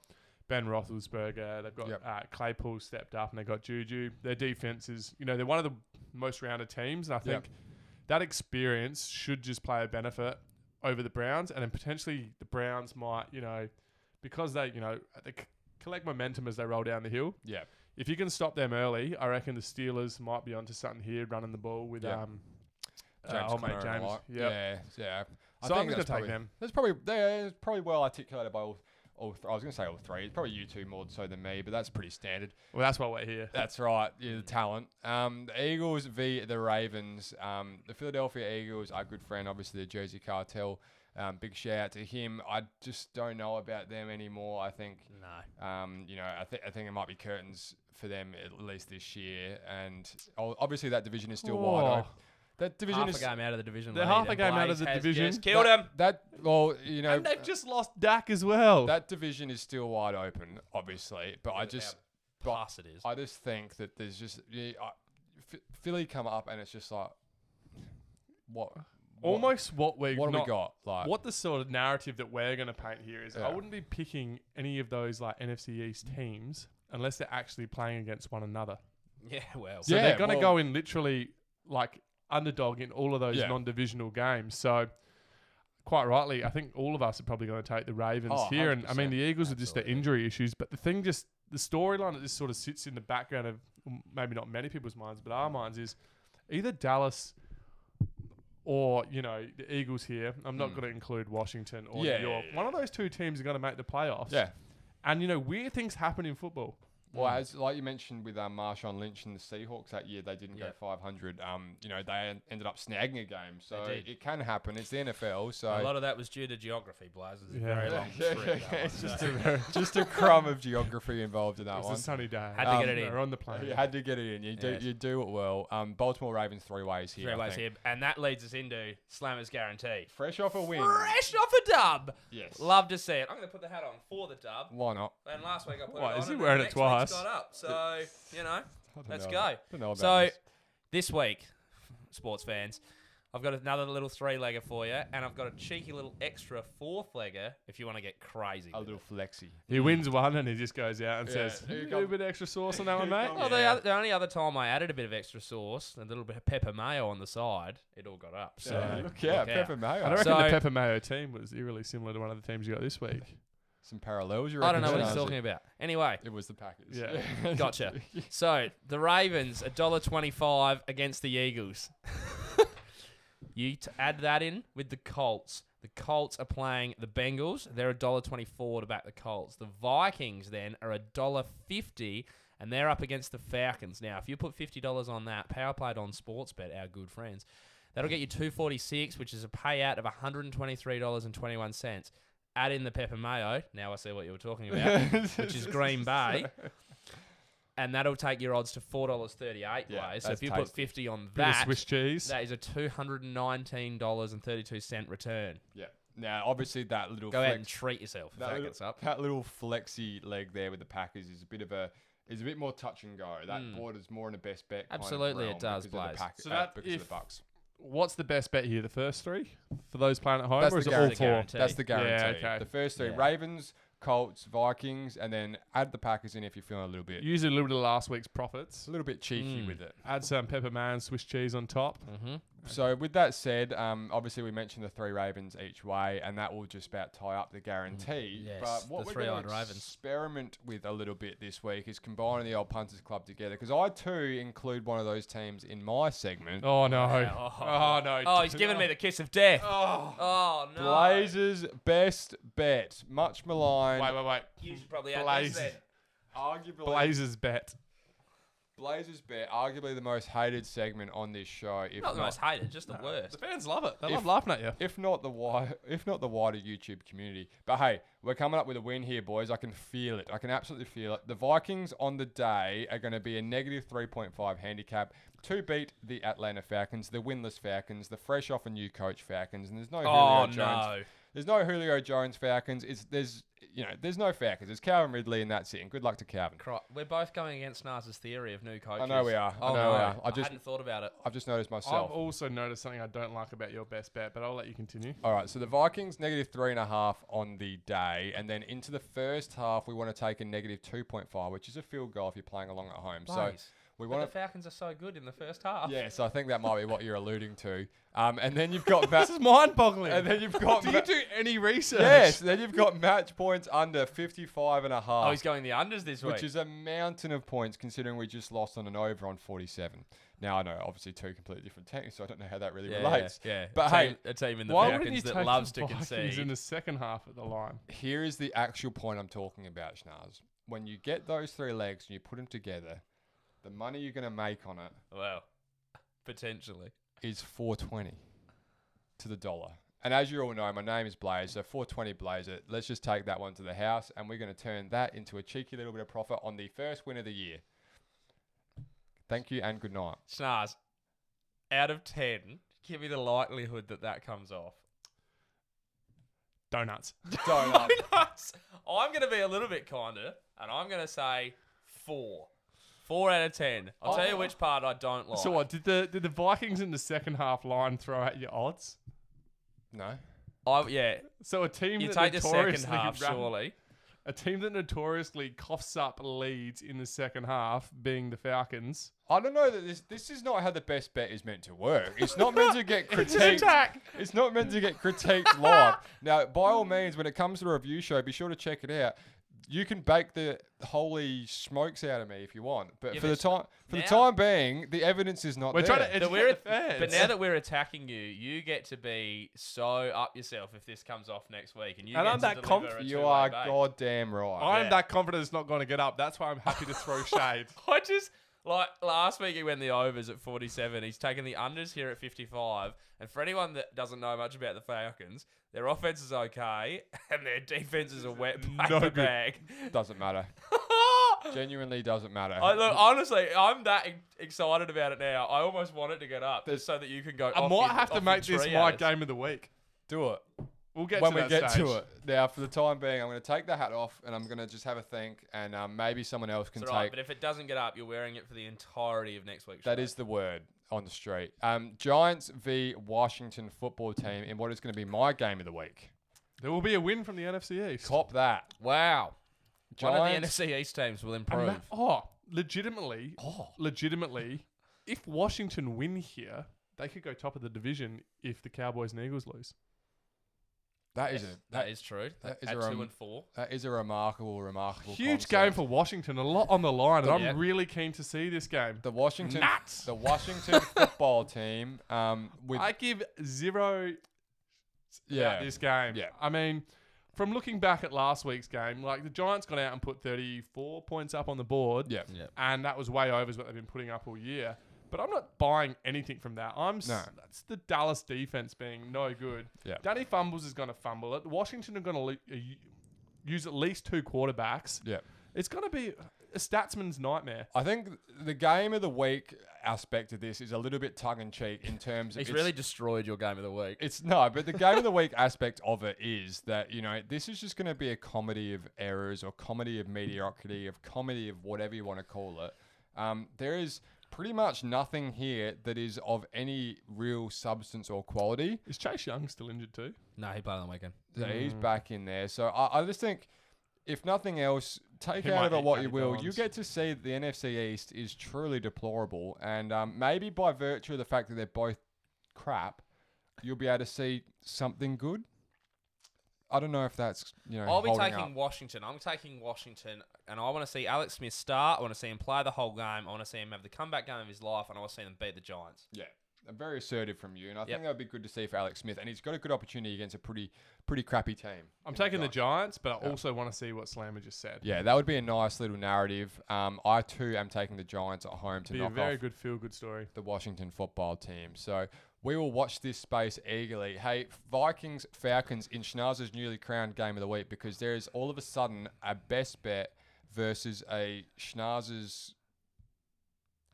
[SPEAKER 3] Ben Roethlisberger. They've got
[SPEAKER 1] Yep.
[SPEAKER 3] uh, Claypool stepped up, and they've got Juju. Their defense is, you know, they're one of the most rounded teams. And I
[SPEAKER 1] Yep.
[SPEAKER 3] think that experience should just play a benefit over the Browns. And then potentially the Browns might, you know, because they, you know, they c- collect momentum as they roll down the hill.
[SPEAKER 1] Yeah.
[SPEAKER 3] If you can stop them early, I reckon the Steelers might be onto something here, running the ball with
[SPEAKER 1] Yep.
[SPEAKER 3] um, uh, old mate
[SPEAKER 1] Conner and the
[SPEAKER 3] James.
[SPEAKER 1] like.
[SPEAKER 3] Yep.
[SPEAKER 1] Yeah. Yeah.
[SPEAKER 3] So I'm
[SPEAKER 1] think
[SPEAKER 3] going to
[SPEAKER 1] that's
[SPEAKER 3] take
[SPEAKER 1] probably-
[SPEAKER 3] them.
[SPEAKER 1] That's probably yeah, it's probably well articulated by all. all th- I was going to say all three. It's probably you two more so than me, but that's pretty standard.
[SPEAKER 3] Well, that's why we're here.
[SPEAKER 1] That's right. Yeah, the talent. Um, the Eagles v the Ravens. Um, the Philadelphia Eagles, our good friend, obviously the Jersey Cartel. Um, big shout out to him. I just don't know about them anymore. I think,
[SPEAKER 2] No.
[SPEAKER 1] um, you know, I, th- I think it might be curtains for them at least this year. And o- obviously that division is still wide
[SPEAKER 3] Oh.
[SPEAKER 1] open. That division
[SPEAKER 2] Half
[SPEAKER 1] is
[SPEAKER 2] a game out of the division.
[SPEAKER 3] They're
[SPEAKER 2] lead,
[SPEAKER 3] half a
[SPEAKER 2] and
[SPEAKER 3] game out
[SPEAKER 2] Blaze
[SPEAKER 3] of the
[SPEAKER 2] has
[SPEAKER 3] division.
[SPEAKER 2] just Killed
[SPEAKER 1] that,
[SPEAKER 2] him.
[SPEAKER 1] That well, you know,
[SPEAKER 3] And they've just lost Dak as well.
[SPEAKER 1] that division is still wide open, obviously. But I just but-
[SPEAKER 2] Pass it is.
[SPEAKER 1] I just think that there's just yeah, I, Ph- Philly come up and it's just like what what,
[SPEAKER 3] Almost what we're
[SPEAKER 1] what have
[SPEAKER 3] not,
[SPEAKER 1] we got like
[SPEAKER 3] What the sort of narrative that we're going to paint here is
[SPEAKER 1] Yeah.
[SPEAKER 3] I wouldn't be picking any of those like NFC East teams unless they're actually playing against one another.
[SPEAKER 2] yeah, well.
[SPEAKER 3] So
[SPEAKER 1] Yeah,
[SPEAKER 3] they're going to
[SPEAKER 1] well-
[SPEAKER 3] go in literally like underdog in all of those
[SPEAKER 1] Yeah.
[SPEAKER 3] non-divisional games. So quite rightly, I think all of us are probably going to take the Ravens
[SPEAKER 1] Oh,
[SPEAKER 3] here. And I mean,
[SPEAKER 1] 100%.
[SPEAKER 3] the Eagles are just the
[SPEAKER 2] Absolutely.
[SPEAKER 3] injury issues, but the thing just the storyline that just sort of sits in the background of m- maybe not many people's minds, but our minds is either Dallas. Or you know the Eagles here. I'm not
[SPEAKER 1] Mm.
[SPEAKER 3] going to include Washington or
[SPEAKER 1] Yeah,
[SPEAKER 3] New York.
[SPEAKER 1] yeah, yeah.
[SPEAKER 3] One of those two teams are going to make the playoffs.
[SPEAKER 1] yeah
[SPEAKER 3] And you know weird things happen in football.
[SPEAKER 1] well
[SPEAKER 2] Mm.
[SPEAKER 1] as like you mentioned with um, Marshawn Lynch and the Seahawks that year they didn't
[SPEAKER 2] Yeah.
[SPEAKER 1] go 500 um you know they en- ended up snagging a game so
[SPEAKER 2] did.
[SPEAKER 1] it can happen it's the NFL so
[SPEAKER 2] a lot of that was due to geography, Blaze. It's a
[SPEAKER 3] Yeah.
[SPEAKER 2] very
[SPEAKER 3] Yeah,
[SPEAKER 2] long
[SPEAKER 1] yeah,
[SPEAKER 2] trip,
[SPEAKER 1] yeah,
[SPEAKER 2] that
[SPEAKER 1] yeah,
[SPEAKER 2] one,
[SPEAKER 1] it's just
[SPEAKER 2] so-
[SPEAKER 3] a
[SPEAKER 1] just a crumb of geography involved in that
[SPEAKER 3] It
[SPEAKER 1] one
[SPEAKER 3] was a sunny day.
[SPEAKER 2] Had to
[SPEAKER 1] Um,
[SPEAKER 2] get it in.
[SPEAKER 3] They're on the plane.
[SPEAKER 1] you had to get it in you do
[SPEAKER 2] Yes.
[SPEAKER 1] you do it well um Baltimore Ravens three ways here
[SPEAKER 2] Three
[SPEAKER 1] I
[SPEAKER 2] ways
[SPEAKER 1] think.
[SPEAKER 2] here. And that leads us into Slammers Guarantee.
[SPEAKER 1] fresh off a win
[SPEAKER 2] Fresh off a dub.
[SPEAKER 1] yes
[SPEAKER 2] Love to see it. I'm going to put the hat on for the dub.
[SPEAKER 1] why not
[SPEAKER 2] And last week I put
[SPEAKER 3] Why,
[SPEAKER 2] it on.
[SPEAKER 3] is he
[SPEAKER 2] and then
[SPEAKER 3] wearing it
[SPEAKER 2] next week's
[SPEAKER 3] twice?
[SPEAKER 2] Got up. So, you know,
[SPEAKER 1] I don't
[SPEAKER 2] Let's
[SPEAKER 1] know.
[SPEAKER 2] go.
[SPEAKER 1] Don't know about
[SPEAKER 2] So-
[SPEAKER 1] this.
[SPEAKER 2] this week, sports fans, I've got another little three legger for you. And I've got a cheeky little extra fourth legger if you want to get crazy.
[SPEAKER 1] a
[SPEAKER 2] with it.
[SPEAKER 1] little flexy
[SPEAKER 3] He wins one and he just goes out and
[SPEAKER 1] Yeah,
[SPEAKER 3] says, "Hmm,
[SPEAKER 1] here
[SPEAKER 3] "A
[SPEAKER 1] you
[SPEAKER 3] little
[SPEAKER 1] come."
[SPEAKER 3] bit extra sauce on that one, mate."
[SPEAKER 1] Here you
[SPEAKER 2] Well, the,
[SPEAKER 1] Yeah.
[SPEAKER 2] other, the only other time I added a bit of extra sauce, a little bit of pepper mayo on the side, it all got up. So
[SPEAKER 1] yeah, look, yeah,
[SPEAKER 2] look out.
[SPEAKER 1] Pepper Mayo.
[SPEAKER 3] And I reckon
[SPEAKER 2] So-
[SPEAKER 3] the Pepper Mayo team was eerily similar to one of the teams you got this week.
[SPEAKER 1] Some parallels. You
[SPEAKER 2] I don't know
[SPEAKER 1] reckon,
[SPEAKER 2] what he's
[SPEAKER 1] Shanzi?
[SPEAKER 2] talking about. Anyway,
[SPEAKER 1] It was the Packers.
[SPEAKER 3] Yeah.
[SPEAKER 2] gotcha. so the Ravens, a dollar twenty-five against the Eagles. you t- add that in with the Colts. The Colts are playing the Bengals. They're a dollar twenty-four to back the Colts. The Vikings then are a dollar fifty, and they're up against the Falcons. Now, if you put fifty dollars on that, power played on Sportsbet, our good friends, that'll get you two forty-six, which is a payout of one hundred and twenty-three dollars and twenty-one cents. Add in the pepper mayo. Now I see what you were talking about, which is Green Bay. and that'll take your odds to four dollars thirty-eight.
[SPEAKER 1] Yeah,
[SPEAKER 2] way. so
[SPEAKER 1] that's
[SPEAKER 2] if you put
[SPEAKER 1] tasty.
[SPEAKER 2] fifty on
[SPEAKER 3] Bit of
[SPEAKER 2] that,
[SPEAKER 3] Swiss cheese.
[SPEAKER 2] that is a two hundred and nineteen dollars and thirty-two cent return.
[SPEAKER 1] Yeah. Now, obviously, that little
[SPEAKER 2] Go
[SPEAKER 1] flex,
[SPEAKER 2] out and treat yourself if that,
[SPEAKER 1] little,
[SPEAKER 2] gets up.
[SPEAKER 1] that little flexi leg there with the Packers is a bit of a is a bit more touch and go. That
[SPEAKER 2] Mm.
[SPEAKER 1] borders more in a best bet. kind of
[SPEAKER 2] Absolutely, it
[SPEAKER 1] realm because
[SPEAKER 2] does,
[SPEAKER 1] of the
[SPEAKER 2] Blaze.
[SPEAKER 1] Pack-
[SPEAKER 3] So
[SPEAKER 1] uh,
[SPEAKER 3] that
[SPEAKER 1] because of
[SPEAKER 3] if-
[SPEAKER 1] the Bucks.
[SPEAKER 3] What's the best bet here? The first three for those playing at home,
[SPEAKER 1] That's
[SPEAKER 3] or
[SPEAKER 1] the
[SPEAKER 3] is it all
[SPEAKER 1] guarantee.
[SPEAKER 3] four?
[SPEAKER 2] Guarantee.
[SPEAKER 1] That's the
[SPEAKER 3] Yeah,
[SPEAKER 1] guarantee.
[SPEAKER 3] okay.
[SPEAKER 1] The first three:
[SPEAKER 2] Yeah.
[SPEAKER 1] Ravens, Colts, Vikings, and then add the Packers in if you're feeling a little bit
[SPEAKER 3] Use a little bit of last week's profits.
[SPEAKER 1] a little bit cheeky
[SPEAKER 2] Mm.
[SPEAKER 1] with it.
[SPEAKER 3] Add some pepperman Swiss cheese on top.
[SPEAKER 2] Mm-hmm.
[SPEAKER 1] So with that said, um, obviously we mentioned the three Ravens each way, and that will just about tie up the guarantee.
[SPEAKER 2] Mm, yes,
[SPEAKER 1] but what
[SPEAKER 2] the
[SPEAKER 1] we're
[SPEAKER 2] three
[SPEAKER 1] going
[SPEAKER 2] eyed
[SPEAKER 1] to
[SPEAKER 2] Ravens.
[SPEAKER 1] experiment with a little bit this week is combining the old punters club together because I too include one of those teams in my segment.
[SPEAKER 3] Oh no!
[SPEAKER 2] Yeah,
[SPEAKER 3] Oh, no!
[SPEAKER 2] Oh, he's giving me the kiss of death. Oh,
[SPEAKER 3] Oh.
[SPEAKER 2] no.
[SPEAKER 1] Blazers best bet, much maligned,
[SPEAKER 3] Wait, wait, wait!
[SPEAKER 2] You should probably add
[SPEAKER 3] Blaze-
[SPEAKER 2] that.
[SPEAKER 1] arguably
[SPEAKER 3] Blazers bet.
[SPEAKER 1] Blazers bet, arguably the most hated segment on this show. If
[SPEAKER 2] Not the most hated, just the worst.
[SPEAKER 3] The fans love it. They
[SPEAKER 1] If-
[SPEAKER 3] love laughing at you.
[SPEAKER 1] if not the wider, if not the wider YouTube community. But hey, we're coming up with a win here, boys. I can feel it. I can absolutely feel it. The Vikings on the day are going to be a negative 3.5 handicap to beat the Atlanta Falcons, the winless Falcons, the fresh off a new coach Falcons, and there's no Julio
[SPEAKER 2] Oh
[SPEAKER 1] Jones.
[SPEAKER 2] no.
[SPEAKER 1] There's no Julio Jones Falcons. It's there's you know there's no Falcons. It's Calvin Ridley, and that's it. And good luck to Calvin.
[SPEAKER 2] Cro- We're both going against Nars's theory of new coaches.
[SPEAKER 1] know we are. I
[SPEAKER 2] oh,
[SPEAKER 1] know
[SPEAKER 2] no.
[SPEAKER 1] we are. I
[SPEAKER 2] I,
[SPEAKER 1] just-
[SPEAKER 2] hadn't thought about it.
[SPEAKER 1] I've just noticed
[SPEAKER 3] I've
[SPEAKER 1] myself.
[SPEAKER 3] also noticed something I don't like about your best bet, but I'll let you continue.
[SPEAKER 1] All right, so the Vikings negative three and a half on the day, and then into the first half, we want to take a negative two point five, which is a field goal if you're playing along at home. So
[SPEAKER 2] Blaze.
[SPEAKER 1] we
[SPEAKER 2] But the
[SPEAKER 1] want to.
[SPEAKER 2] Falcons are so good in the first half.
[SPEAKER 1] Yes, I think that might be what you're alluding to. Um, and then you've got ma-
[SPEAKER 3] This is mind-boggling.
[SPEAKER 1] and then you've got
[SPEAKER 3] do
[SPEAKER 1] ma-
[SPEAKER 3] you do any research?
[SPEAKER 1] yes, then you've got match points under 55 and a half.
[SPEAKER 2] Oh, he's going the unders this week.
[SPEAKER 1] which is a mountain of points considering we just lost on an over on 47. Now I know obviously two completely different teams, so I don't know how that really
[SPEAKER 2] yeah,
[SPEAKER 1] relates.
[SPEAKER 2] Yeah,
[SPEAKER 1] But
[SPEAKER 2] a
[SPEAKER 1] hey,
[SPEAKER 2] team, a team in the
[SPEAKER 3] Why wouldn't you
[SPEAKER 2] Falcons
[SPEAKER 3] take
[SPEAKER 2] that loves
[SPEAKER 3] the
[SPEAKER 2] to
[SPEAKER 3] Vikings
[SPEAKER 2] concede.
[SPEAKER 3] in the second half at the line?
[SPEAKER 1] Here is the actual point I'm talking about, Schnars. When you get those three legs and you put them together, the money you're going to make on it
[SPEAKER 2] well, potentially.
[SPEAKER 1] is 420 to the dollar. And as you all know, my name is Blaze, so 420 Blazer. Let's just take that one to the house, and we're going to turn that into a cheeky little bit of profit on the first win of the year. Thank you and good night.
[SPEAKER 2] Schnars, out of 10, give me the likelihood that that comes off.
[SPEAKER 3] Donuts.
[SPEAKER 1] Donuts.
[SPEAKER 2] Donuts. I'm going to be a little bit kinder, and I'm going to say four. Four out of 10. I'll tell you
[SPEAKER 1] Oh.
[SPEAKER 2] which part I don't like.
[SPEAKER 3] So what? Did the did the Vikings in the second half line throw out your odds?
[SPEAKER 1] No.
[SPEAKER 2] I, yeah,
[SPEAKER 3] So a team
[SPEAKER 2] you
[SPEAKER 3] that
[SPEAKER 2] take the second
[SPEAKER 3] notoriously
[SPEAKER 2] half,
[SPEAKER 3] ran-
[SPEAKER 2] surely.
[SPEAKER 3] a team that notoriously coughs up leads in the second half, being the Falcons.
[SPEAKER 1] I don't know that this this is not how the best bet is meant to work. It's not meant to get critiqued.
[SPEAKER 3] attack.
[SPEAKER 1] It's not meant to get critiqued live. Now, by all means, when it comes to the review show, be sure to check it out. You can bake the holy smokes out of me if you want, but
[SPEAKER 2] Yeah,
[SPEAKER 1] for the
[SPEAKER 2] but
[SPEAKER 1] time for the
[SPEAKER 2] now-
[SPEAKER 1] time being, the evidence is not
[SPEAKER 3] We're
[SPEAKER 1] there.
[SPEAKER 3] trying to
[SPEAKER 2] But,
[SPEAKER 3] educate
[SPEAKER 2] we're,
[SPEAKER 3] the fans.
[SPEAKER 2] but now that we're attacking you, you get to be so up yourself if this comes off next week, and you
[SPEAKER 3] And
[SPEAKER 2] get
[SPEAKER 3] I'm
[SPEAKER 2] to
[SPEAKER 3] that
[SPEAKER 2] deliver
[SPEAKER 3] conf-
[SPEAKER 2] a
[SPEAKER 1] you
[SPEAKER 2] two-way
[SPEAKER 1] are
[SPEAKER 2] bait.
[SPEAKER 1] goddamn right.
[SPEAKER 3] I'm
[SPEAKER 2] Yeah.
[SPEAKER 3] that confident it's not going to get up. That's why I'm happy to throw shade.
[SPEAKER 2] I just like last week he went the overs at 47. He's taken the unders here at 55. And for anyone that doesn't know much about the Falcons, their offense is okay and their defense is a wet paper
[SPEAKER 3] good.
[SPEAKER 2] bag.
[SPEAKER 1] Doesn't matter.
[SPEAKER 2] I
[SPEAKER 1] Genuinely doesn't matter.
[SPEAKER 2] look honestly, I'm that ex- excited about it now. I almost want it to get up just so that you can go.
[SPEAKER 3] I
[SPEAKER 2] off
[SPEAKER 3] might
[SPEAKER 2] your-
[SPEAKER 3] have
[SPEAKER 2] off
[SPEAKER 3] to
[SPEAKER 2] your
[SPEAKER 3] make this my
[SPEAKER 2] trios.
[SPEAKER 3] game of the week.
[SPEAKER 1] Do it.
[SPEAKER 3] We'll get
[SPEAKER 1] when
[SPEAKER 3] to
[SPEAKER 1] we
[SPEAKER 3] that
[SPEAKER 1] get
[SPEAKER 3] stage.
[SPEAKER 1] to it. Now, for the time being, I'm going to take the hat off and I'm going to just have a think, and um, maybe someone else can
[SPEAKER 2] It's all right,
[SPEAKER 1] take.
[SPEAKER 2] but if it doesn't get up, you're wearing it for the entirety of next week's.
[SPEAKER 1] That
[SPEAKER 2] show.
[SPEAKER 1] is the word on the street. Um, Giants v Washington football team in what is going to be my game of the week.
[SPEAKER 3] There will be a win from the NFC East.
[SPEAKER 1] Cop that.
[SPEAKER 2] wow. One of the
[SPEAKER 1] Giants.
[SPEAKER 2] NFC East teams will
[SPEAKER 3] And
[SPEAKER 2] improve.
[SPEAKER 3] that- oh, legitimately,
[SPEAKER 1] Oh.
[SPEAKER 3] legitimately, if Washington win here, they could go top of the division if the Cowboys and Eagles lose.
[SPEAKER 1] That is a
[SPEAKER 2] that is true.
[SPEAKER 1] that is
[SPEAKER 2] at
[SPEAKER 1] a
[SPEAKER 2] two
[SPEAKER 3] um,
[SPEAKER 1] rem-
[SPEAKER 2] and four.
[SPEAKER 1] that is a remarkable, remarkable.
[SPEAKER 3] Huge
[SPEAKER 1] concept.
[SPEAKER 3] game for Washington. A lot on the line, and I'm
[SPEAKER 2] Yeah.
[SPEAKER 3] really keen to see this game.
[SPEAKER 1] the Washington.
[SPEAKER 3] Nuts.
[SPEAKER 1] The Washington football team. Um, with
[SPEAKER 3] I give zero
[SPEAKER 1] yeah,
[SPEAKER 3] about this game.
[SPEAKER 1] Yeah.
[SPEAKER 3] I mean, from looking back at last week's game, like the Giants got out and put 34 points up on the board,
[SPEAKER 1] yeah.
[SPEAKER 2] Yeah.
[SPEAKER 3] and that was way over is what they've been putting up all year. But I'm not buying anything from that. I'm s-
[SPEAKER 1] No.
[SPEAKER 3] that's the Dallas defense being no good.
[SPEAKER 1] Yeah.
[SPEAKER 3] Danny Fumbles is going to fumble it. Washington are going to le- uh, u- use at least two quarterbacks.
[SPEAKER 1] Yeah.
[SPEAKER 3] It's going to be. a statsman's nightmare.
[SPEAKER 1] I think the game of the week aspect of this is a little bit tongue in cheek in terms of
[SPEAKER 4] He's
[SPEAKER 1] it's-
[SPEAKER 4] really destroyed your game of the week.
[SPEAKER 1] It's no, but the game of the week aspect of it is that you know this is just going to be a comedy of errors or comedy of mediocrity, of comedy of whatever you want to call it. Um, there is pretty much nothing here that is of any real substance or quality.
[SPEAKER 3] Is Chase Young still injured too?
[SPEAKER 2] No, he played on the weekend.
[SPEAKER 1] So he's
[SPEAKER 3] Mm.
[SPEAKER 1] back in there. So I, I just think, if nothing else, take
[SPEAKER 3] He
[SPEAKER 1] out
[SPEAKER 3] might
[SPEAKER 1] of it
[SPEAKER 3] eat
[SPEAKER 1] what you
[SPEAKER 3] Danny
[SPEAKER 1] will. You
[SPEAKER 3] Dimes.
[SPEAKER 1] get to see that the NFC East is truly deplorable, and um, maybe by virtue of the fact that they're both crap, you'll be able to see something good. I don't know if that's you know.
[SPEAKER 2] I'll be
[SPEAKER 1] holding
[SPEAKER 2] taking
[SPEAKER 1] up.
[SPEAKER 2] Washington. I'm taking Washington, and I want to see Alex Smith start. I want to see him play the whole game. I want to see him have the comeback game of his life, and I want to see them beat the Giants.
[SPEAKER 1] Yeah, uh, very assertive from you, and I
[SPEAKER 2] Yep.
[SPEAKER 1] think that would be good to see for Alex Smith, and he's got a good opportunity against a pretty pretty crappy team.
[SPEAKER 3] I'm
[SPEAKER 1] in
[SPEAKER 3] taking the
[SPEAKER 1] Giants.
[SPEAKER 3] Giants, but I
[SPEAKER 1] Yeah.
[SPEAKER 3] also want to see what Slammer just said.
[SPEAKER 1] Yeah, that would be a nice little narrative. Um, I too am taking the Giants at home to
[SPEAKER 3] Be a
[SPEAKER 1] knock
[SPEAKER 3] very
[SPEAKER 1] off
[SPEAKER 3] good feel good story.
[SPEAKER 1] the Washington football team. So we will watch this space eagerly. Hey, Vikings Falcons in Schnauzer's newly crowned game of the week because there is all of a sudden a best bet versus a Schnauzer's.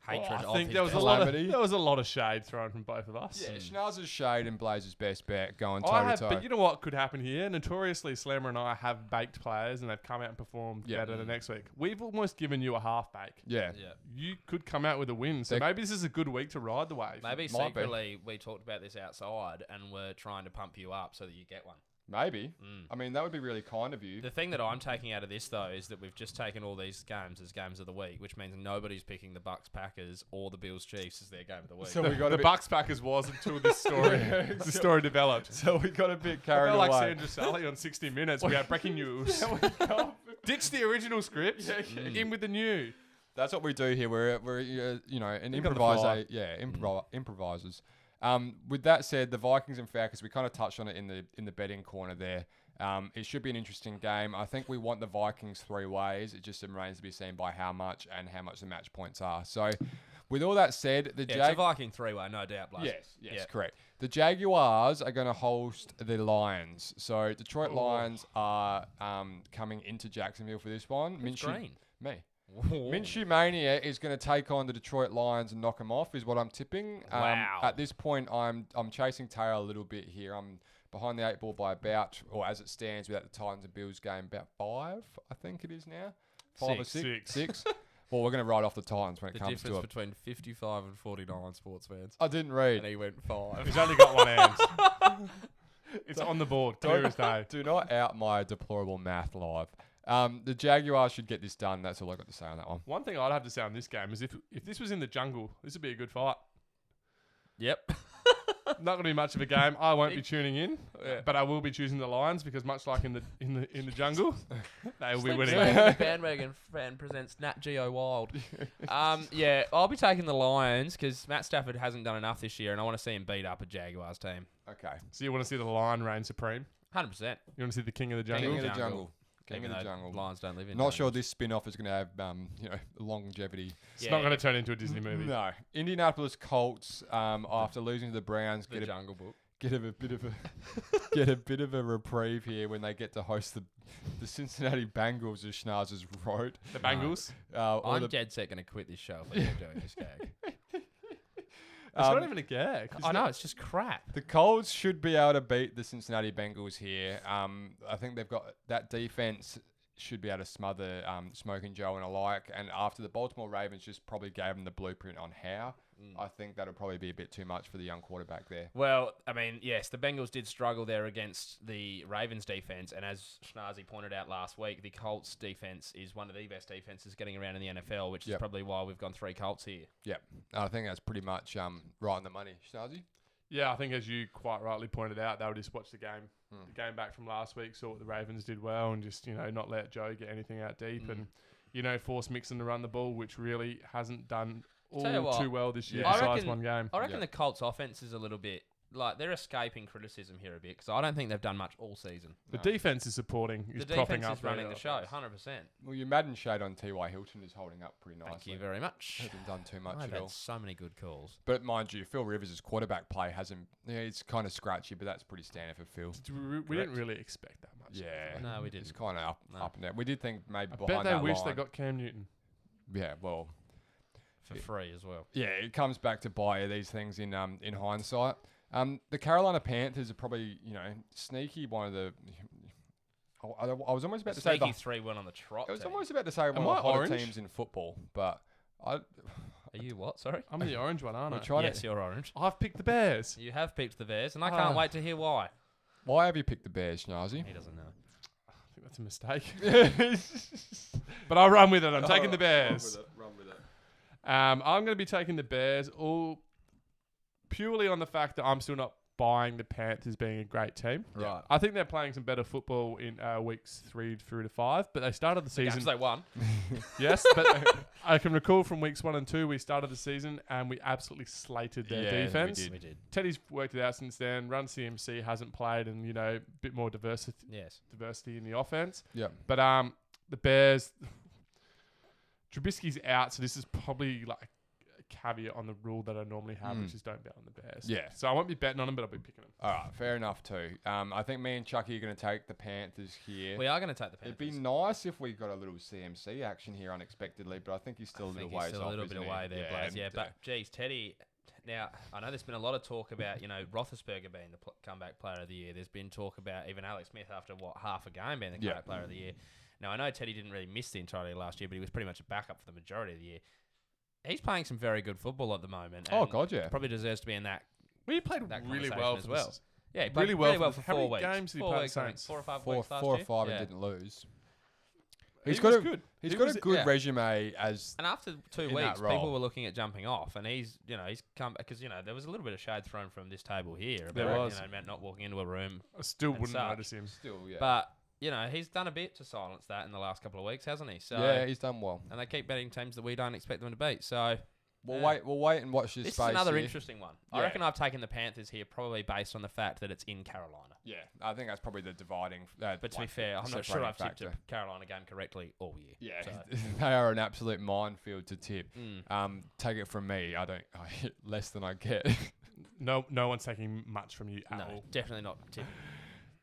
[SPEAKER 2] Hatred.
[SPEAKER 3] Oh, I
[SPEAKER 2] of
[SPEAKER 3] think
[SPEAKER 2] his
[SPEAKER 3] there was a
[SPEAKER 2] best.
[SPEAKER 3] lot of,
[SPEAKER 1] calamity.
[SPEAKER 3] there was a lot of shade thrown from both of us.
[SPEAKER 1] Yeah, Schnauzer's shade and Blazers best bet going toe
[SPEAKER 3] I
[SPEAKER 1] to
[SPEAKER 3] have,
[SPEAKER 1] toe.
[SPEAKER 3] but you know what could happen here? Notoriously, Slammer and I have baked players, and they've come out and performed
[SPEAKER 1] Yeah.
[SPEAKER 3] better the next week. We've almost given you a half bake.
[SPEAKER 1] yeah.
[SPEAKER 2] Yeah.
[SPEAKER 3] You could come out with a win, so
[SPEAKER 1] They-
[SPEAKER 3] maybe this is a good week to ride the
[SPEAKER 2] Maybe
[SPEAKER 3] wave.
[SPEAKER 1] Might be.
[SPEAKER 2] secretly we talked about this outside, and we're trying to pump you up so that you get one.
[SPEAKER 1] maybe.
[SPEAKER 2] Mm.
[SPEAKER 1] I mean, that would be really kind of you.
[SPEAKER 2] The thing that I'm taking out of this though is that we've just taken all these games as games of the week, which means nobody's picking the Bucks Packers or the Bills Chiefs as their game of the week.
[SPEAKER 1] So
[SPEAKER 3] the,
[SPEAKER 1] we got a
[SPEAKER 3] the
[SPEAKER 1] bit-
[SPEAKER 3] Bucks Packers was until this story the story developed.
[SPEAKER 1] so we got a bit
[SPEAKER 3] I
[SPEAKER 1] carried
[SPEAKER 3] felt
[SPEAKER 1] away.
[SPEAKER 3] like Sandra Sally on 60 Minutes. We had breaking news. Ditch the original script. In with the new.
[SPEAKER 1] That's what we do here. We're we're uh, you know an
[SPEAKER 3] Think on the fly.
[SPEAKER 1] improviser, yeah,
[SPEAKER 2] Mm.
[SPEAKER 1] improv- improvisers. Um, with that said, the Vikings and Falcons, we kind of touched on it in the in the betting corner there. Um, it should be an interesting game. I think we want the Vikings three ways. It just remains to be seen by how much and how much the match points are. So, with all that said, the
[SPEAKER 2] yeah,
[SPEAKER 1] Jag-
[SPEAKER 2] it's a Viking three-way, no doubt, Blaze.
[SPEAKER 1] Yes, yes,
[SPEAKER 2] Yeah.
[SPEAKER 1] correct. The Jaguars are going to host the Lions. So Detroit
[SPEAKER 3] Oh.
[SPEAKER 1] Lions are um, coming into Jacksonville for this one.
[SPEAKER 2] Who's green?
[SPEAKER 1] me.
[SPEAKER 2] Whoa.
[SPEAKER 1] Minshew Mania is going to take on the Detroit Lions and knock them off, is what I'm tipping. Um,
[SPEAKER 2] Wow.
[SPEAKER 1] At this point, I'm I'm chasing tail a little bit here. I'm behind the eight ball by about, or as it stands, without the Titans and Bills game, about five, I think it is now. Five or six?
[SPEAKER 2] Six.
[SPEAKER 3] Six.
[SPEAKER 1] Six. well, we're going to write off the Titans when it
[SPEAKER 4] the
[SPEAKER 1] comes to
[SPEAKER 4] difference
[SPEAKER 1] it.
[SPEAKER 4] between 55 and 49 sports fans.
[SPEAKER 1] I didn't
[SPEAKER 4] And
[SPEAKER 1] read.
[SPEAKER 4] he went five.
[SPEAKER 3] He's only got one hand. it's on the board. Clear as day.
[SPEAKER 1] Do not out my deplorable math live. Um, the Jaguars should get this done. That's all I got to say on that one.
[SPEAKER 3] One thing I'd have to say on this game is if if this was in the jungle, this would be a good fight.
[SPEAKER 2] Yep.
[SPEAKER 3] Not going to be much of a game. I won't be tuning in,
[SPEAKER 4] Yeah.
[SPEAKER 3] but I will be choosing the Lions because much like in the in the in the jungle, they will be winning.
[SPEAKER 2] The bandwagon fan presents Nat Geo Wild. Um, yeah, I'll be taking the Lions because Matt Stafford hasn't done enough this year, and I want to see him beat up a Jaguars team.
[SPEAKER 1] Okay.
[SPEAKER 3] So you want to see the lion reign supreme?
[SPEAKER 2] Hundred percent.
[SPEAKER 3] You want to see the king of the
[SPEAKER 1] King
[SPEAKER 3] jungle?
[SPEAKER 1] of the
[SPEAKER 2] Jungle.
[SPEAKER 1] jungle. King of the jungle.
[SPEAKER 2] Lions don't live in.
[SPEAKER 1] Not
[SPEAKER 2] jungles.
[SPEAKER 1] sure this spin off is going to have um, you know longevity.
[SPEAKER 3] It's
[SPEAKER 2] Yeah,
[SPEAKER 3] not going to turn into a Disney movie.
[SPEAKER 1] No, Indianapolis Colts um, after losing to the Browns
[SPEAKER 2] the
[SPEAKER 1] get a,
[SPEAKER 2] Jungle Book.
[SPEAKER 1] get a, bit of a get a bit of a reprieve here when they get to host the the Cincinnati Bengals as Schnauzer's road.
[SPEAKER 3] The Bengals.
[SPEAKER 1] Uh, or
[SPEAKER 2] I'm
[SPEAKER 1] the,
[SPEAKER 2] dead set going to quit this show if I keep doing this gag.
[SPEAKER 3] it's
[SPEAKER 1] um,
[SPEAKER 3] not even a gag.
[SPEAKER 2] I know it's just crap.
[SPEAKER 1] The Colts should be able to beat the Cincinnati Bengals here. Um, I think they've got that defense should be able to smother um, Smoke and Joe and alike. And after the Baltimore Ravens just probably gave them the blueprint on how,
[SPEAKER 2] Mm.
[SPEAKER 1] I think that'll probably be a bit too much for the young quarterback there.
[SPEAKER 2] Well, I mean, yes, the Bengals did struggle there against the Ravens defense, and as Schnazzy pointed out last week, the Colts defense is one of the best defenses getting around in the NFL, which
[SPEAKER 1] Yep.
[SPEAKER 2] is probably why we've gone three Colts here.
[SPEAKER 1] Yep, I think that's pretty much um, right on the money. Schnazzy?
[SPEAKER 3] Yeah, I think as you quite rightly pointed out, they would just watch the game,
[SPEAKER 2] Hmm.
[SPEAKER 3] the game back from last week, saw what the Ravens did well, and just you know not let Joe get anything out
[SPEAKER 2] Hmm.
[SPEAKER 3] deep, and you know force Mixon to run the ball, which really hasn't done
[SPEAKER 2] Tell you
[SPEAKER 3] all
[SPEAKER 2] what,
[SPEAKER 3] too well this year.
[SPEAKER 2] I
[SPEAKER 3] Besides
[SPEAKER 2] reckon-
[SPEAKER 3] one game,
[SPEAKER 2] I reckon
[SPEAKER 1] Yeah.
[SPEAKER 2] the Colts offense is a little bit like they're escaping criticism here a bit because I don't think they've done much all season.
[SPEAKER 3] the defense is supporting, is
[SPEAKER 2] The
[SPEAKER 3] propping
[SPEAKER 2] defense
[SPEAKER 3] up
[SPEAKER 2] is running
[SPEAKER 3] their
[SPEAKER 2] the show,
[SPEAKER 3] offense.
[SPEAKER 2] hundred percent.
[SPEAKER 1] Well, your Madden shade on T.Y. Hilton is holding up pretty nicely.
[SPEAKER 2] Thank you very much.
[SPEAKER 1] Hasn't done too much
[SPEAKER 2] I've
[SPEAKER 1] at
[SPEAKER 2] had
[SPEAKER 1] all.
[SPEAKER 2] so many good calls.
[SPEAKER 1] But mind you, Phil Rivers' quarterback play hasn't. Yeah, it's kind of scratchy, but that's pretty standard for Phil.
[SPEAKER 3] Did We, we didn't really expect that much.
[SPEAKER 1] Yeah.
[SPEAKER 2] No, we
[SPEAKER 1] It's
[SPEAKER 2] didn't.
[SPEAKER 1] kind of up,
[SPEAKER 2] No.
[SPEAKER 1] up and down. We did think maybe
[SPEAKER 3] I
[SPEAKER 1] behind
[SPEAKER 3] bet they
[SPEAKER 1] that
[SPEAKER 3] wish
[SPEAKER 1] line.
[SPEAKER 3] they got Cam Newton.
[SPEAKER 1] Yeah, well,
[SPEAKER 2] for free as well.
[SPEAKER 1] yeah, it comes back to buy you these things in um in hindsight. Um, the Carolina Panthers are probably you know sneaky one of the. I, I- I was almost about to say the,
[SPEAKER 2] Sneaky three one on the trot.
[SPEAKER 1] I was
[SPEAKER 2] team.
[SPEAKER 1] almost about to say one
[SPEAKER 3] Am
[SPEAKER 1] of the
[SPEAKER 3] I
[SPEAKER 1] hotter
[SPEAKER 3] orange?
[SPEAKER 1] teams in football, but I
[SPEAKER 2] Are you what? Sorry.
[SPEAKER 3] I'm the orange one, aren't
[SPEAKER 1] we
[SPEAKER 3] I?
[SPEAKER 1] tried
[SPEAKER 2] yes,
[SPEAKER 1] to.
[SPEAKER 2] you're orange.
[SPEAKER 3] I've picked the Bears.
[SPEAKER 2] You have picked the Bears, and I can't
[SPEAKER 3] Ah.
[SPEAKER 2] wait to hear why.
[SPEAKER 1] Why have you picked the Bears, Schnazzy?
[SPEAKER 2] He doesn't know.
[SPEAKER 3] I think that's a mistake. but I'll run with it. I'm
[SPEAKER 2] Oh,
[SPEAKER 3] taking the Bears.
[SPEAKER 1] Oh, Run with it.
[SPEAKER 3] Um, I'm going to be taking the Bears all purely on the fact that I'm still not buying the Panthers being a great team.
[SPEAKER 4] Right.
[SPEAKER 3] I think they're playing some better football in uh, weeks three through to five, but they started the
[SPEAKER 2] Because
[SPEAKER 3] season.
[SPEAKER 2] they won.
[SPEAKER 3] yes, but I can recall from weeks one and two, we started the season and we absolutely slated their
[SPEAKER 1] Yeah, we
[SPEAKER 3] defense.
[SPEAKER 1] did.
[SPEAKER 2] We did.
[SPEAKER 3] Teddy's worked it out since then. Run CMC hasn't played, and you know, a bit more diversity
[SPEAKER 2] Yes.
[SPEAKER 3] diversity in the offense.
[SPEAKER 1] Yep.
[SPEAKER 3] But um, the Bears, Trubisky's out, so this is probably like a caveat on the rule that I normally have,
[SPEAKER 1] Mm.
[SPEAKER 3] which is don't bet on the Bears.
[SPEAKER 1] Yeah.
[SPEAKER 3] So I won't be betting on them, but I'll be picking them.
[SPEAKER 1] All right, fair enough too. Um, I think me and Chucky are going to take the Panthers here.
[SPEAKER 2] We are going to take the
[SPEAKER 1] It'd
[SPEAKER 2] Panthers.
[SPEAKER 1] be nice if we got a little CMC action here unexpectedly, but I think he's still a
[SPEAKER 2] I
[SPEAKER 1] little
[SPEAKER 2] think he's
[SPEAKER 1] ways
[SPEAKER 2] still
[SPEAKER 1] off.
[SPEAKER 2] a little bit
[SPEAKER 1] isn't he?
[SPEAKER 2] away there, Blaze.
[SPEAKER 1] and,
[SPEAKER 2] Yeah,
[SPEAKER 1] uh,
[SPEAKER 2] but geez, Teddy. Now I know there's been a lot of talk about you know Roethlisberger being the pl- comeback player of the year. There's been talk about even Alex Smith after what half a game being the
[SPEAKER 1] Yeah.
[SPEAKER 2] comeback player of the year. Now I know Teddy didn't really miss the entirety of last year, but he was pretty much a backup for the majority of the year. He's playing some very good football at the moment.
[SPEAKER 1] oh
[SPEAKER 2] and
[SPEAKER 1] god, yeah.
[SPEAKER 2] probably deserves to be in that.
[SPEAKER 3] We played
[SPEAKER 2] That
[SPEAKER 3] really
[SPEAKER 2] conversation
[SPEAKER 3] well
[SPEAKER 2] as
[SPEAKER 3] for
[SPEAKER 2] well.
[SPEAKER 3] This.
[SPEAKER 2] Yeah, he
[SPEAKER 3] Really
[SPEAKER 2] played
[SPEAKER 3] well
[SPEAKER 2] really
[SPEAKER 3] for
[SPEAKER 2] well
[SPEAKER 3] the-
[SPEAKER 2] for
[SPEAKER 3] how
[SPEAKER 2] four
[SPEAKER 3] many
[SPEAKER 2] weeks.
[SPEAKER 3] games did he
[SPEAKER 2] four
[SPEAKER 3] play the
[SPEAKER 2] weeks, I think.
[SPEAKER 3] Saints?
[SPEAKER 2] Four or five
[SPEAKER 1] Four,
[SPEAKER 2] weeks last
[SPEAKER 1] four or
[SPEAKER 2] year.
[SPEAKER 1] five
[SPEAKER 2] Yeah.
[SPEAKER 1] and didn't lose.
[SPEAKER 3] He
[SPEAKER 1] He's got
[SPEAKER 3] was
[SPEAKER 1] a
[SPEAKER 3] good.
[SPEAKER 1] he's
[SPEAKER 3] He
[SPEAKER 1] got
[SPEAKER 3] was-
[SPEAKER 1] a good
[SPEAKER 3] yeah.
[SPEAKER 1] resume as
[SPEAKER 2] And after two
[SPEAKER 1] in that
[SPEAKER 2] weeks,
[SPEAKER 1] role.
[SPEAKER 2] people were looking at jumping off, and he's, you know, he's come because you know there was a little bit of shade thrown from this table here about
[SPEAKER 3] There was.
[SPEAKER 2] you know about not walking into a room,
[SPEAKER 3] I still
[SPEAKER 2] And
[SPEAKER 3] wouldn't
[SPEAKER 2] such.
[SPEAKER 3] notice him.
[SPEAKER 1] still yeah.
[SPEAKER 2] but you know he's done a bit to silence that in the last couple of weeks, hasn't he? So
[SPEAKER 1] yeah, he's done well.
[SPEAKER 2] and they keep betting teams that we don't expect them to beat. So
[SPEAKER 1] We'll
[SPEAKER 2] Yeah.
[SPEAKER 1] wait. We'll wait and watch this,
[SPEAKER 2] this is
[SPEAKER 1] space.
[SPEAKER 2] another
[SPEAKER 1] here.
[SPEAKER 2] interesting one.
[SPEAKER 1] Yeah.
[SPEAKER 2] I reckon I've taken the Panthers here probably based on the fact that it's in Carolina.
[SPEAKER 1] Yeah, I think that's probably the dividing. Uh,
[SPEAKER 2] But to
[SPEAKER 1] like,
[SPEAKER 2] be fair, I'm not sure
[SPEAKER 1] separating
[SPEAKER 2] I've tipped a
[SPEAKER 1] factor.
[SPEAKER 2] Carolina game correctly all year.
[SPEAKER 1] Yeah,
[SPEAKER 2] So,
[SPEAKER 1] they are an absolute minefield to tip.
[SPEAKER 2] mm.
[SPEAKER 1] Um, take it from me, I don't I hit less than I get.
[SPEAKER 3] No, no one's taking much from you at
[SPEAKER 2] no,
[SPEAKER 3] all.
[SPEAKER 2] definitely not tipping.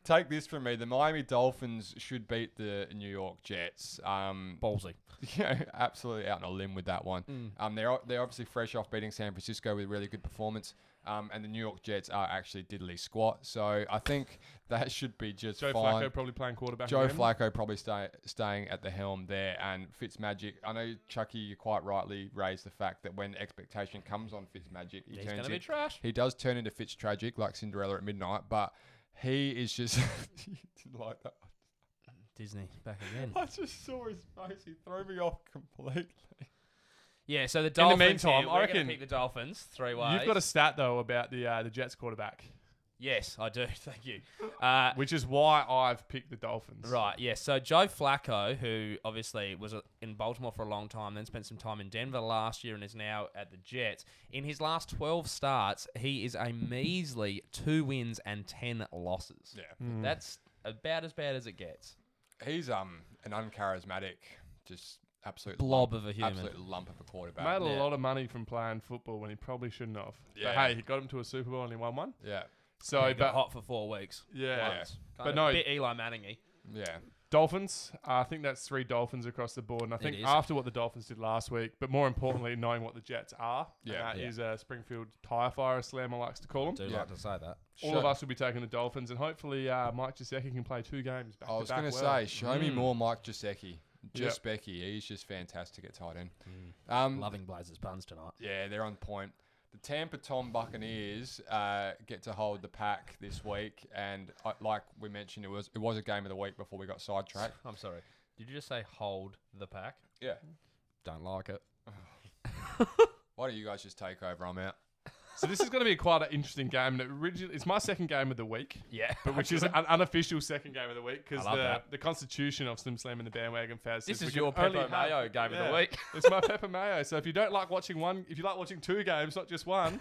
[SPEAKER 1] take this from me: the Miami Dolphins should beat the New York Jets. Um,
[SPEAKER 2] Ballsy.
[SPEAKER 1] yeah, absolutely out on a limb with that one. Um, they're o- they're obviously fresh off beating San Francisco with a really good performance. Um, and the New York Jets are actually diddly squat, so I think that should be just
[SPEAKER 3] Joe
[SPEAKER 1] fine.
[SPEAKER 3] Flacco probably playing quarterback.
[SPEAKER 1] Joe
[SPEAKER 3] again.
[SPEAKER 1] Flacco probably stay, staying at the helm there, and Fitzmagic. I know Chucky, you quite rightly raised the fact that when expectation comes on Fitzmagic, he
[SPEAKER 2] He's
[SPEAKER 1] turns
[SPEAKER 2] gonna be
[SPEAKER 1] it-
[SPEAKER 2] trash.
[SPEAKER 1] He does turn into Fitz tragic like Cinderella at midnight, but he is just. You didn't like that.
[SPEAKER 2] Disney back again.
[SPEAKER 1] I just saw his face. He threw me off completely.
[SPEAKER 2] Yeah, so the
[SPEAKER 3] the
[SPEAKER 2] Dolphins.
[SPEAKER 3] meantime,
[SPEAKER 2] here,
[SPEAKER 3] I
[SPEAKER 2] we're gonna
[SPEAKER 3] reckon-
[SPEAKER 2] pick the Dolphins three ways.
[SPEAKER 3] You've got a stat though about the uh, the Jets quarterback,
[SPEAKER 2] yes, I do. Thank you. Uh,
[SPEAKER 3] which is why I've picked the Dolphins.
[SPEAKER 2] right, yes. So Joe Flacco, who obviously was uh, in Baltimore for a long time, then spent some time in Denver last year, and is now at the Jets. In his last twelve starts, he is a measly two wins and ten losses.
[SPEAKER 1] Yeah,
[SPEAKER 2] That's about as bad as it gets.
[SPEAKER 1] he's um an uncharismatic, just absolute
[SPEAKER 2] Blob
[SPEAKER 1] lump-
[SPEAKER 2] of a human.
[SPEAKER 1] absolute lump of a quarterback.
[SPEAKER 3] Made a
[SPEAKER 2] Yeah.
[SPEAKER 3] lot of money from playing football when he probably shouldn't have. But
[SPEAKER 1] Yeah.
[SPEAKER 3] hey, he got him to a Super Bowl and he won one.
[SPEAKER 1] Yeah,
[SPEAKER 3] So,
[SPEAKER 2] he got
[SPEAKER 3] but
[SPEAKER 2] hot for four weeks.
[SPEAKER 3] yeah,
[SPEAKER 1] Once.
[SPEAKER 2] Kind
[SPEAKER 3] But no-
[SPEAKER 2] a bit Eli Manningy.
[SPEAKER 1] yeah.
[SPEAKER 3] Dolphins. uh, I think that's three Dolphins across the board, and I think
[SPEAKER 2] is.
[SPEAKER 3] after what the Dolphins did last week, but more importantly, knowing what the Jets are, and
[SPEAKER 1] Yeah.
[SPEAKER 3] that
[SPEAKER 2] Yeah.
[SPEAKER 3] is a Springfield tire fire, as Slammer likes to call them.
[SPEAKER 2] Do
[SPEAKER 1] Yeah.
[SPEAKER 2] like to say that.
[SPEAKER 3] All of us will be taking the Dolphins, and hopefully, uh, Mike Gesicki can play two games back
[SPEAKER 1] I was
[SPEAKER 3] to back.
[SPEAKER 1] going to
[SPEAKER 3] well.
[SPEAKER 1] say, show me
[SPEAKER 2] Mm.
[SPEAKER 1] more Mike Gesicki. Just Becky, he's just fantastic at tight end.
[SPEAKER 3] Mm.
[SPEAKER 1] Um,
[SPEAKER 2] Loving Blazers puns tonight.
[SPEAKER 1] Yeah, they're on point. The Tampa Tom Buccaneers uh, get to hold the pack this week, and I, like we mentioned, it was it was a game of the week before we got sidetracked.
[SPEAKER 2] I'm sorry. Did you just say hold the pack?
[SPEAKER 1] Yeah,
[SPEAKER 4] Don't like it.
[SPEAKER 1] why don't you guys just take over? I'm out.
[SPEAKER 3] so this is going to be quite an interesting game. And it originally, it's my second game of the week.
[SPEAKER 2] Yeah.
[SPEAKER 3] But which is an unofficial second game of the week because
[SPEAKER 2] I love
[SPEAKER 3] the,
[SPEAKER 2] that.
[SPEAKER 3] the constitution of Slim Slam and the Bandwagon Faz.
[SPEAKER 2] This is
[SPEAKER 3] says we can
[SPEAKER 2] your Pepe
[SPEAKER 3] only have-
[SPEAKER 2] Mayo game of the
[SPEAKER 3] Yeah.
[SPEAKER 2] week.
[SPEAKER 3] it's my Pepper Mayo. So if you don't like watching one, if you like watching two games, not just one,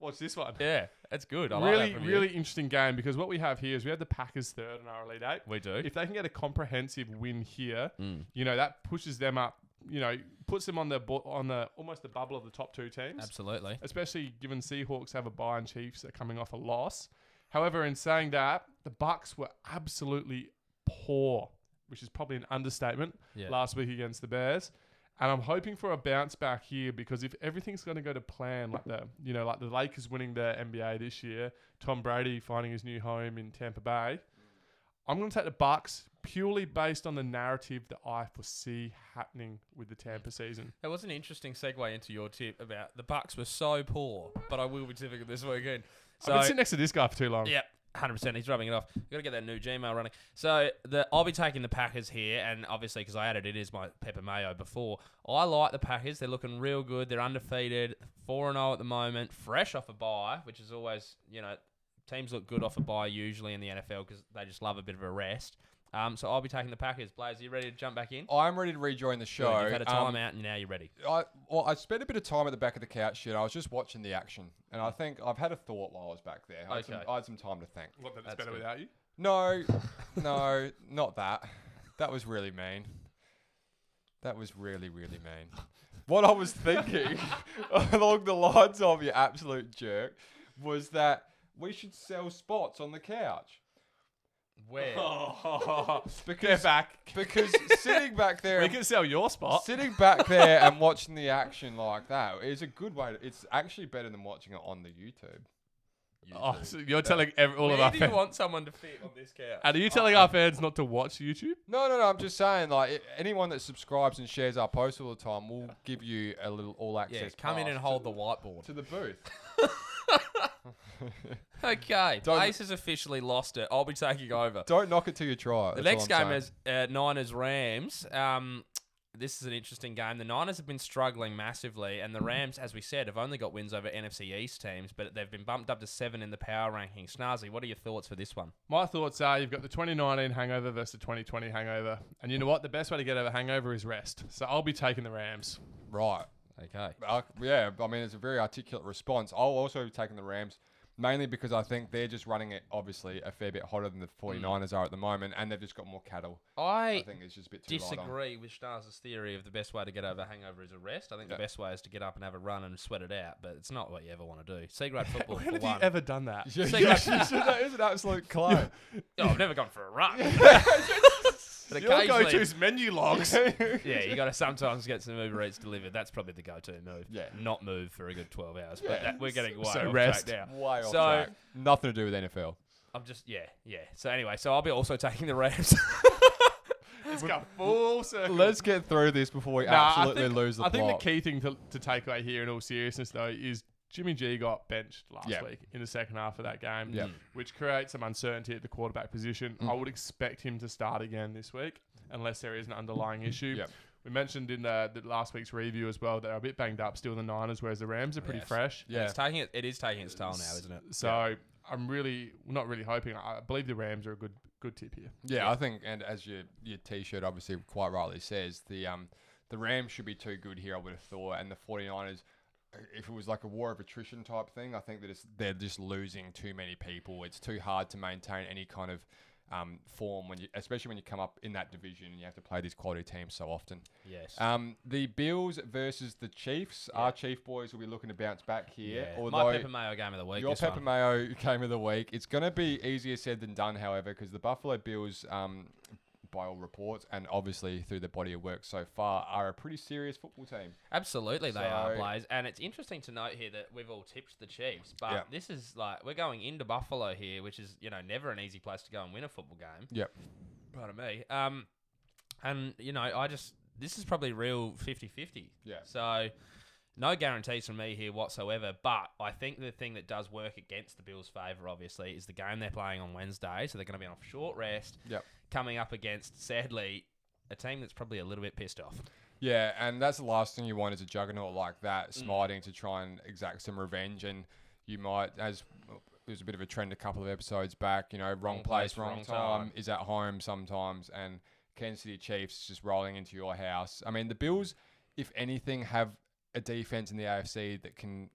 [SPEAKER 3] watch this one.
[SPEAKER 2] Yeah, that's good. I like
[SPEAKER 3] really,
[SPEAKER 2] that from you.
[SPEAKER 3] really interesting game because what we have here is we have the Packers third in our Elite Eight.
[SPEAKER 2] We do. Mm.
[SPEAKER 3] If they can get a comprehensive win here, you know that pushes them up. You know, puts them on the bo- on the almost the bubble of the top two teams
[SPEAKER 2] Absolutely.
[SPEAKER 3] especially given Seahawks have a bye and Chiefs are coming off a loss. However, in saying that, the Bucks were absolutely poor, which is probably an understatement
[SPEAKER 2] Yeah.
[SPEAKER 3] last week against the Bears. And I'm hoping for a bounce back here because if everything's going to go to plan, like the you know, like the Lakers winning the NBA this year, Tom Brady finding his new home in Tampa Bay, I'm going to take the Bucks purely based on the narrative that I foresee happening with the Tampa season.
[SPEAKER 4] That was an interesting segue into your tip about the Bucks were so poor, but I will be tipping it this weekend. So
[SPEAKER 3] I've been sitting next to this guy for too long.
[SPEAKER 2] Yep. 100%. He's rubbing it off. Got to get that new Gmail running. So the I'll be taking the Packers here, and obviously because I added it is my Pepper Mayo before. I like the Packers. They're looking real good. They're undefeated, four and zero at the moment, fresh off a bye, which is always you know teams look good off a bye usually in the NFL because they just love a bit of a rest. Um, so I'll be taking the Packers. Blaze, are you ready to jump back in?
[SPEAKER 1] I'm ready to rejoin the
[SPEAKER 2] Good,
[SPEAKER 1] show.
[SPEAKER 2] You've had a
[SPEAKER 1] Um,
[SPEAKER 2] timeout and now you're ready.
[SPEAKER 1] I well, I spent a bit of time at the back of the couch shit. I was just watching the action, and I think I've had a thought while I was back there. I, had, some,
[SPEAKER 2] Okay.
[SPEAKER 1] I had some time to think.
[SPEAKER 3] What, that it's
[SPEAKER 2] That's
[SPEAKER 3] better
[SPEAKER 2] good.
[SPEAKER 3] without you?
[SPEAKER 1] No, no, not that. That was really mean. That was really, really mean. What I was thinking, along the lines of you absolute jerk, was that we should sell spots on the couch.
[SPEAKER 2] Where?
[SPEAKER 1] Because,
[SPEAKER 3] back.
[SPEAKER 1] because sitting back there
[SPEAKER 3] We
[SPEAKER 1] and
[SPEAKER 3] can sell your spot.
[SPEAKER 1] Sitting back there and watching the action like that is a good way. To, it's actually better than watching it on the YouTube.
[SPEAKER 3] Oh, so you're telling every, all of
[SPEAKER 2] Where
[SPEAKER 3] our
[SPEAKER 2] do you
[SPEAKER 3] fans.
[SPEAKER 2] want someone to fit on this couch?
[SPEAKER 3] and are you telling our fans not to watch YouTube?
[SPEAKER 1] No, no, no. I'm just saying, like i- anyone that subscribes and shares our posts all the time, will give you a little all access.
[SPEAKER 2] Yeah, come in
[SPEAKER 1] pass
[SPEAKER 2] and hold
[SPEAKER 1] to,
[SPEAKER 2] the whiteboard.
[SPEAKER 1] to the booth.
[SPEAKER 2] Okay,
[SPEAKER 1] Don't-
[SPEAKER 2] Ace has officially lost it. I'll be taking over.
[SPEAKER 1] Don't knock it till you try it.
[SPEAKER 2] The
[SPEAKER 1] that's all
[SPEAKER 2] next
[SPEAKER 1] I'm
[SPEAKER 2] game is uh, Niners Rams. Um, this is an interesting game. The Niners have been struggling massively, and the Rams, as we said, have only got wins over NFC East teams, but they've been bumped up to seven in the power ranking. Snazzy, what are your thoughts for this one?
[SPEAKER 3] My thoughts are you've got the 2019 hangover versus the 2020 hangover. And you know what? The best way to get over hangover is rest. So I'll be taking the Rams.
[SPEAKER 1] saying. right.
[SPEAKER 2] Okay.
[SPEAKER 1] Uh, yeah, I mean it's a very articulate response. I'll also be taking the Rams mainly because I think they're just running it obviously a fair bit hotter than the
[SPEAKER 2] Hmm.
[SPEAKER 1] 49ers are at the moment, and they've just got more cattle. I
[SPEAKER 2] I
[SPEAKER 1] think it's just a bit too light on.
[SPEAKER 2] disagree with Snaz's theory of the best way to get over hangover is a rest. I think
[SPEAKER 1] Yeah.
[SPEAKER 2] the best way is to get up and have a run and sweat it out, but it's not what you ever want to do. Seagrad football.
[SPEAKER 3] When
[SPEAKER 2] for
[SPEAKER 3] have you
[SPEAKER 2] one.
[SPEAKER 3] ever done that?
[SPEAKER 1] Yeah,
[SPEAKER 2] Say
[SPEAKER 1] yeah,
[SPEAKER 2] that.
[SPEAKER 1] she should- that is an absolute clone.
[SPEAKER 2] Oh, I've never gone for a run. but
[SPEAKER 3] Your
[SPEAKER 2] occasionally,
[SPEAKER 3] go-to's menu logs.
[SPEAKER 2] yeah, you got to sometimes get some Uber Eats delivered. That's probably the go-to move.
[SPEAKER 1] Yeah.
[SPEAKER 2] not move for a good twelve hours.
[SPEAKER 1] Yeah.
[SPEAKER 2] But that, we're getting way
[SPEAKER 3] So
[SPEAKER 2] off
[SPEAKER 3] rest.
[SPEAKER 2] track now.
[SPEAKER 1] Way off
[SPEAKER 2] So-
[SPEAKER 1] track. Nothing to do with NFL.
[SPEAKER 2] I'm just yeah, yeah. So anyway, so I'll be also taking the Rams.
[SPEAKER 3] it's got full circle.
[SPEAKER 1] Let's get through this before we
[SPEAKER 3] Nah,
[SPEAKER 1] absolutely
[SPEAKER 3] I think,
[SPEAKER 1] lose the
[SPEAKER 3] I think
[SPEAKER 1] plot.
[SPEAKER 3] the key thing to, to take away here, in all seriousness, though, is Jimmy G got benched last
[SPEAKER 1] Yeah.
[SPEAKER 3] week in the second half of that game,
[SPEAKER 1] Yeah.
[SPEAKER 3] which creates some uncertainty at the quarterback position. I would expect him to start again this week, unless there is an underlying issue.
[SPEAKER 1] Yeah.
[SPEAKER 3] We mentioned in uh, the last week's review as well they're a bit banged up still the Niners, whereas the Rams are pretty
[SPEAKER 2] Yes.
[SPEAKER 3] fresh.
[SPEAKER 1] yeah.
[SPEAKER 2] it's taking it. It is taking its toll now, isn't it?
[SPEAKER 3] So I'm really not really hoping. I I believe the Rams are a good good tip here.
[SPEAKER 1] yeah, I think, and as your your T-shirt obviously quite rightly says, the um the Rams should be too good here, I would have thought, and the 49ers, if it was like a war of attrition type thing, I think that it's, they're just losing too many people. It's too hard to maintain any kind of um, form when you, especially when you come up in that division and you have to play these quality teams so often.
[SPEAKER 2] Yes.
[SPEAKER 1] Um, the Bills versus the Chiefs. Our Chief boys will be looking to bounce back here.
[SPEAKER 2] yeah. My
[SPEAKER 1] Although
[SPEAKER 2] Pepper Mayo game of the week.
[SPEAKER 1] your
[SPEAKER 2] this
[SPEAKER 1] Pepper
[SPEAKER 2] one.
[SPEAKER 1] Mayo game of the week. It's going to be easier said than done, however, because the Buffalo Bills, um, by all reports, and obviously through the body of work so far, are a pretty serious football team.
[SPEAKER 2] Absolutely, they are
[SPEAKER 1] So-
[SPEAKER 2] Blaze, and it's interesting to note here that we've all tipped the Chiefs, but
[SPEAKER 1] Yeah.
[SPEAKER 2] this is like we're going into Buffalo here, which is you know never an easy place to go and win a football game.
[SPEAKER 1] Yep.
[SPEAKER 2] Pardon me. Um, and you know I just this is probably real 50-50.
[SPEAKER 1] Yeah.
[SPEAKER 2] So no guarantees from me here whatsoever, but I think the thing that does work against the Bills' favour, obviously, is the game they're playing on Wednesday, so they're going to be on a short rest.
[SPEAKER 1] Yep.
[SPEAKER 2] Coming up against, sadly, a team that's probably a little bit pissed off.
[SPEAKER 1] Yeah, and that's the last thing you want is a juggernaut like that smiting to try and exact some revenge. And you might, as there was a bit of a trend a couple of episodes back, you know, wrong, place, wrong, time, is at home sometimes. And Kansas City Chiefs just rolling into your house. I mean, the Bills, if anything, have a defense in the AFC that can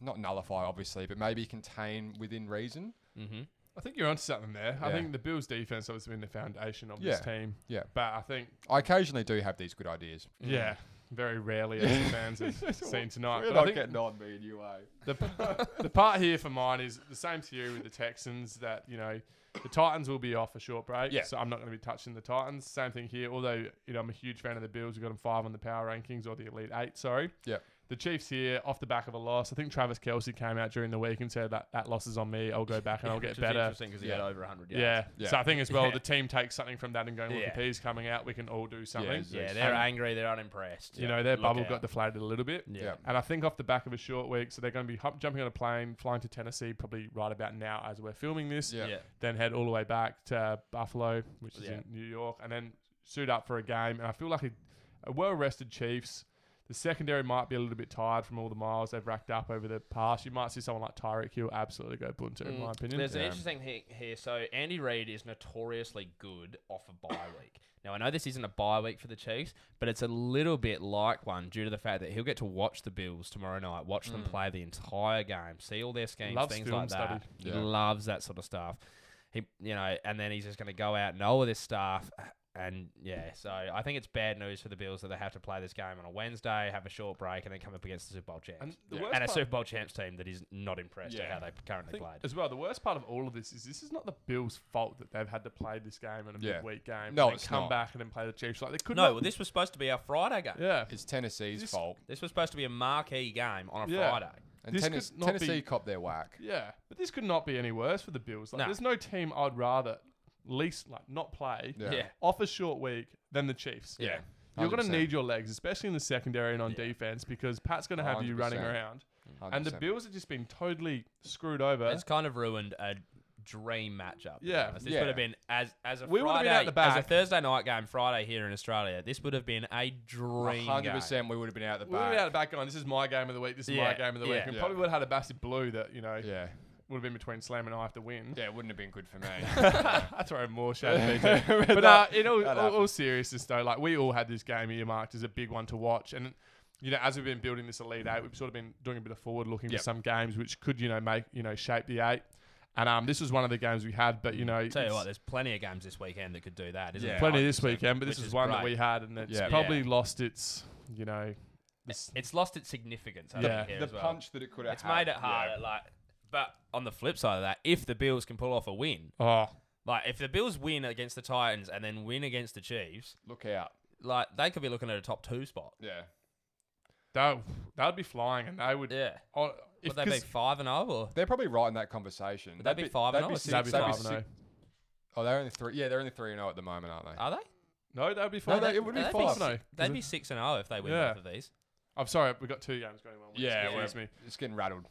[SPEAKER 1] not nullify, obviously, but maybe contain within reason.
[SPEAKER 2] Mm-hmm.
[SPEAKER 3] I think you're onto something there. I
[SPEAKER 1] Yeah.
[SPEAKER 3] think the Bills' defense has been the foundation of this team.
[SPEAKER 1] yeah.
[SPEAKER 3] But I think
[SPEAKER 1] I occasionally do have these good ideas.
[SPEAKER 3] Yeah, very rarely as the fans have seen tonight.
[SPEAKER 1] We're
[SPEAKER 3] But I
[SPEAKER 1] not
[SPEAKER 3] think
[SPEAKER 1] getting on, me and you, eh?
[SPEAKER 3] the, the part here for mine is the same theory with the Texans that you know The Titans will be off a short break,
[SPEAKER 1] Yeah.
[SPEAKER 3] so I'm not going to be touching the Titans. Same thing here, although you know I'm a huge fan of the Bills. We've got them five on the power rankings or the elite eight. Sorry.
[SPEAKER 1] Yeah.
[SPEAKER 3] The Chiefs here off the back of a loss. I think Travis Kelsey came out during the week and said that that loss is on me. I'll go back and I'll get
[SPEAKER 2] Which is
[SPEAKER 3] better.
[SPEAKER 2] Interesting because he had
[SPEAKER 1] Yeah.
[SPEAKER 2] over 100 yards.
[SPEAKER 3] Yeah.
[SPEAKER 1] Yeah.
[SPEAKER 3] So I think as well
[SPEAKER 2] Yeah.
[SPEAKER 3] the team takes something from that and going, look,
[SPEAKER 2] Yeah.
[SPEAKER 3] if he's coming out, we can all do something.
[SPEAKER 1] Yeah.
[SPEAKER 2] Yeah,
[SPEAKER 1] Six.
[SPEAKER 2] they're
[SPEAKER 3] And-
[SPEAKER 2] angry. They're unimpressed.
[SPEAKER 3] You know, their
[SPEAKER 2] Look
[SPEAKER 3] bubble
[SPEAKER 2] out.
[SPEAKER 3] got deflated a little bit.
[SPEAKER 2] Yeah.
[SPEAKER 3] And I think off the back of a short week, so they're going to be hop- jumping on a plane, flying to Tennessee probably right about now as we're filming this.
[SPEAKER 1] Yeah.
[SPEAKER 2] Yeah.
[SPEAKER 3] Then head all the way back to Buffalo, which is
[SPEAKER 2] Yeah.
[SPEAKER 3] in New York, and then suit up for a game. And I feel like a, a well rested Chiefs. The secondary might be a little bit tired from all the miles they've racked up over the past. You might see someone like Tyreek Hill absolutely go bunter, in
[SPEAKER 2] Mm.
[SPEAKER 3] my opinion. Um,
[SPEAKER 2] There's an
[SPEAKER 1] Yeah.
[SPEAKER 2] interesting thing here. So Andy Reid is notoriously good off a bye week. Now I know this isn't a bye week for the Chiefs, but it's a little bit like one due to the fact that he'll get to watch the Bills tomorrow night, watch them
[SPEAKER 1] Mm.
[SPEAKER 2] play the entire game, see all their schemes,
[SPEAKER 3] Loves
[SPEAKER 2] things
[SPEAKER 3] film
[SPEAKER 2] like that.
[SPEAKER 3] study.
[SPEAKER 2] He
[SPEAKER 1] Yeah.
[SPEAKER 2] loves that sort of stuff. He, you know, and then he's just going to go out, know all this stuff, uh, and yeah. So I think it's bad news for the Bills that they have to play this game on a Wednesday, have a short break, and then come up against the Super Bowl champs.
[SPEAKER 3] And, the
[SPEAKER 1] Yeah.
[SPEAKER 3] worst
[SPEAKER 2] and a
[SPEAKER 3] part-
[SPEAKER 2] Super Bowl champs team that is not impressed
[SPEAKER 1] Yeah.
[SPEAKER 2] at how they
[SPEAKER 3] I
[SPEAKER 2] currently
[SPEAKER 3] think
[SPEAKER 2] played.
[SPEAKER 3] as well, the worst part of all of this is this is not the Bills' fault that they've had to play this game in a
[SPEAKER 1] Yeah.
[SPEAKER 3] midweek game.
[SPEAKER 1] No,
[SPEAKER 3] and then
[SPEAKER 1] it's
[SPEAKER 3] come
[SPEAKER 1] not.
[SPEAKER 3] back and then play the Chiefs. Like they could
[SPEAKER 2] No,
[SPEAKER 3] not.
[SPEAKER 2] well, this was supposed to be our Friday game.
[SPEAKER 3] yeah,
[SPEAKER 1] It's Tennessee's
[SPEAKER 3] This-
[SPEAKER 1] fault.
[SPEAKER 2] This was supposed to be a marquee game on a
[SPEAKER 3] Yeah.
[SPEAKER 2] Friday.
[SPEAKER 1] And
[SPEAKER 3] this
[SPEAKER 1] Tennes-
[SPEAKER 3] could not
[SPEAKER 1] Tennessee
[SPEAKER 3] be-
[SPEAKER 1] cop their whack.
[SPEAKER 3] yeah. But this could not be any worse for the Bills. Like
[SPEAKER 2] No.
[SPEAKER 3] there's no team I'd rather least like not play
[SPEAKER 1] Yeah.
[SPEAKER 2] Yeah.
[SPEAKER 3] off a short week than the Chiefs.
[SPEAKER 2] Yeah.
[SPEAKER 3] You're going to
[SPEAKER 1] 100%.
[SPEAKER 3] need your legs, especially in the secondary and on
[SPEAKER 2] Yeah.
[SPEAKER 3] defense, because Pat's going to have you running
[SPEAKER 1] 100%.
[SPEAKER 3] around. And the
[SPEAKER 1] 100%.
[SPEAKER 3] Bills have just been totally screwed over.
[SPEAKER 2] It's kind of ruined a dream matchup. to be
[SPEAKER 3] Yeah.
[SPEAKER 2] honest. This
[SPEAKER 1] Yeah.
[SPEAKER 2] would have been as as a
[SPEAKER 3] We would have
[SPEAKER 2] Friday,
[SPEAKER 3] been out the
[SPEAKER 2] as
[SPEAKER 3] back.
[SPEAKER 2] a Thursday night game, Friday here in Australia. This would have been a dream.
[SPEAKER 1] 100%
[SPEAKER 2] game.
[SPEAKER 1] we would have been out the
[SPEAKER 3] We would have been out
[SPEAKER 1] back.
[SPEAKER 3] the back on. This is my game of the week. This is my
[SPEAKER 2] Yeah,
[SPEAKER 3] game of the week.
[SPEAKER 2] yeah.
[SPEAKER 3] And
[SPEAKER 1] Yeah.
[SPEAKER 3] probably would have had a massive blue that you know
[SPEAKER 1] Yeah.
[SPEAKER 3] would have been between Slam and I have to win.
[SPEAKER 1] Yeah, it wouldn't have been good for me.
[SPEAKER 3] I throw more shade at BT.
[SPEAKER 1] but
[SPEAKER 3] But uh, in all,
[SPEAKER 1] that
[SPEAKER 3] all, all
[SPEAKER 1] happens.
[SPEAKER 3] seriousness, though, like we all had this game earmarked as a big one to watch, and you know, as we've been building this elite eight, we've sort of been doing a bit of forward looking
[SPEAKER 1] Yep.
[SPEAKER 3] for some games which could, you know, make you know shape the eight. And um, this was one of the games we had, but you know,
[SPEAKER 2] Tell you
[SPEAKER 3] it's
[SPEAKER 2] what, there's plenty of games this weekend that could do that. Isn't
[SPEAKER 1] Yeah.
[SPEAKER 2] there?
[SPEAKER 3] plenty
[SPEAKER 2] Like,
[SPEAKER 3] this weekend, but this
[SPEAKER 2] which
[SPEAKER 3] is
[SPEAKER 2] is
[SPEAKER 3] one that
[SPEAKER 2] great.
[SPEAKER 3] we had, and it's
[SPEAKER 1] Yeah.
[SPEAKER 3] probably
[SPEAKER 2] Yeah.
[SPEAKER 3] lost its, you know,
[SPEAKER 2] It's,
[SPEAKER 3] it's,
[SPEAKER 2] lost its significance. I
[SPEAKER 3] Yeah.
[SPEAKER 2] think, here
[SPEAKER 1] the
[SPEAKER 2] as well.
[SPEAKER 1] punch that it could have
[SPEAKER 2] It's made it harder. Like, but on the flip side of that, if the Bills can pull off a win,
[SPEAKER 3] oh,
[SPEAKER 2] like if the Bills win against the Titans and then win against the Chiefs,
[SPEAKER 1] Look out.
[SPEAKER 2] like they could be looking at a top two spot.
[SPEAKER 1] Yeah.
[SPEAKER 3] that that would be flying, and they would.
[SPEAKER 2] Yeah.
[SPEAKER 3] Oh, if,
[SPEAKER 2] Would they be
[SPEAKER 3] 'cause
[SPEAKER 2] five and oh or
[SPEAKER 1] They're probably right in that conversation.
[SPEAKER 2] Would that be five and
[SPEAKER 1] they'd
[SPEAKER 2] oh or
[SPEAKER 1] six-
[SPEAKER 3] that'd be
[SPEAKER 1] they'd
[SPEAKER 3] five and
[SPEAKER 1] six-
[SPEAKER 3] oh.
[SPEAKER 1] Oh, they're only three. Yeah, they're only three and zero at the moment, aren't they?
[SPEAKER 2] are they?
[SPEAKER 3] No, that'd be five.
[SPEAKER 1] they- it would be
[SPEAKER 2] They'd
[SPEAKER 1] five
[SPEAKER 2] si-
[SPEAKER 1] and
[SPEAKER 3] oh, 'cause
[SPEAKER 2] They'd
[SPEAKER 3] it-
[SPEAKER 2] be six and oh if they win
[SPEAKER 3] Yeah.
[SPEAKER 2] both of these.
[SPEAKER 3] I'm sorry, we've got two games going on.
[SPEAKER 1] Yeah,
[SPEAKER 3] excuse me.
[SPEAKER 1] It's getting rattled.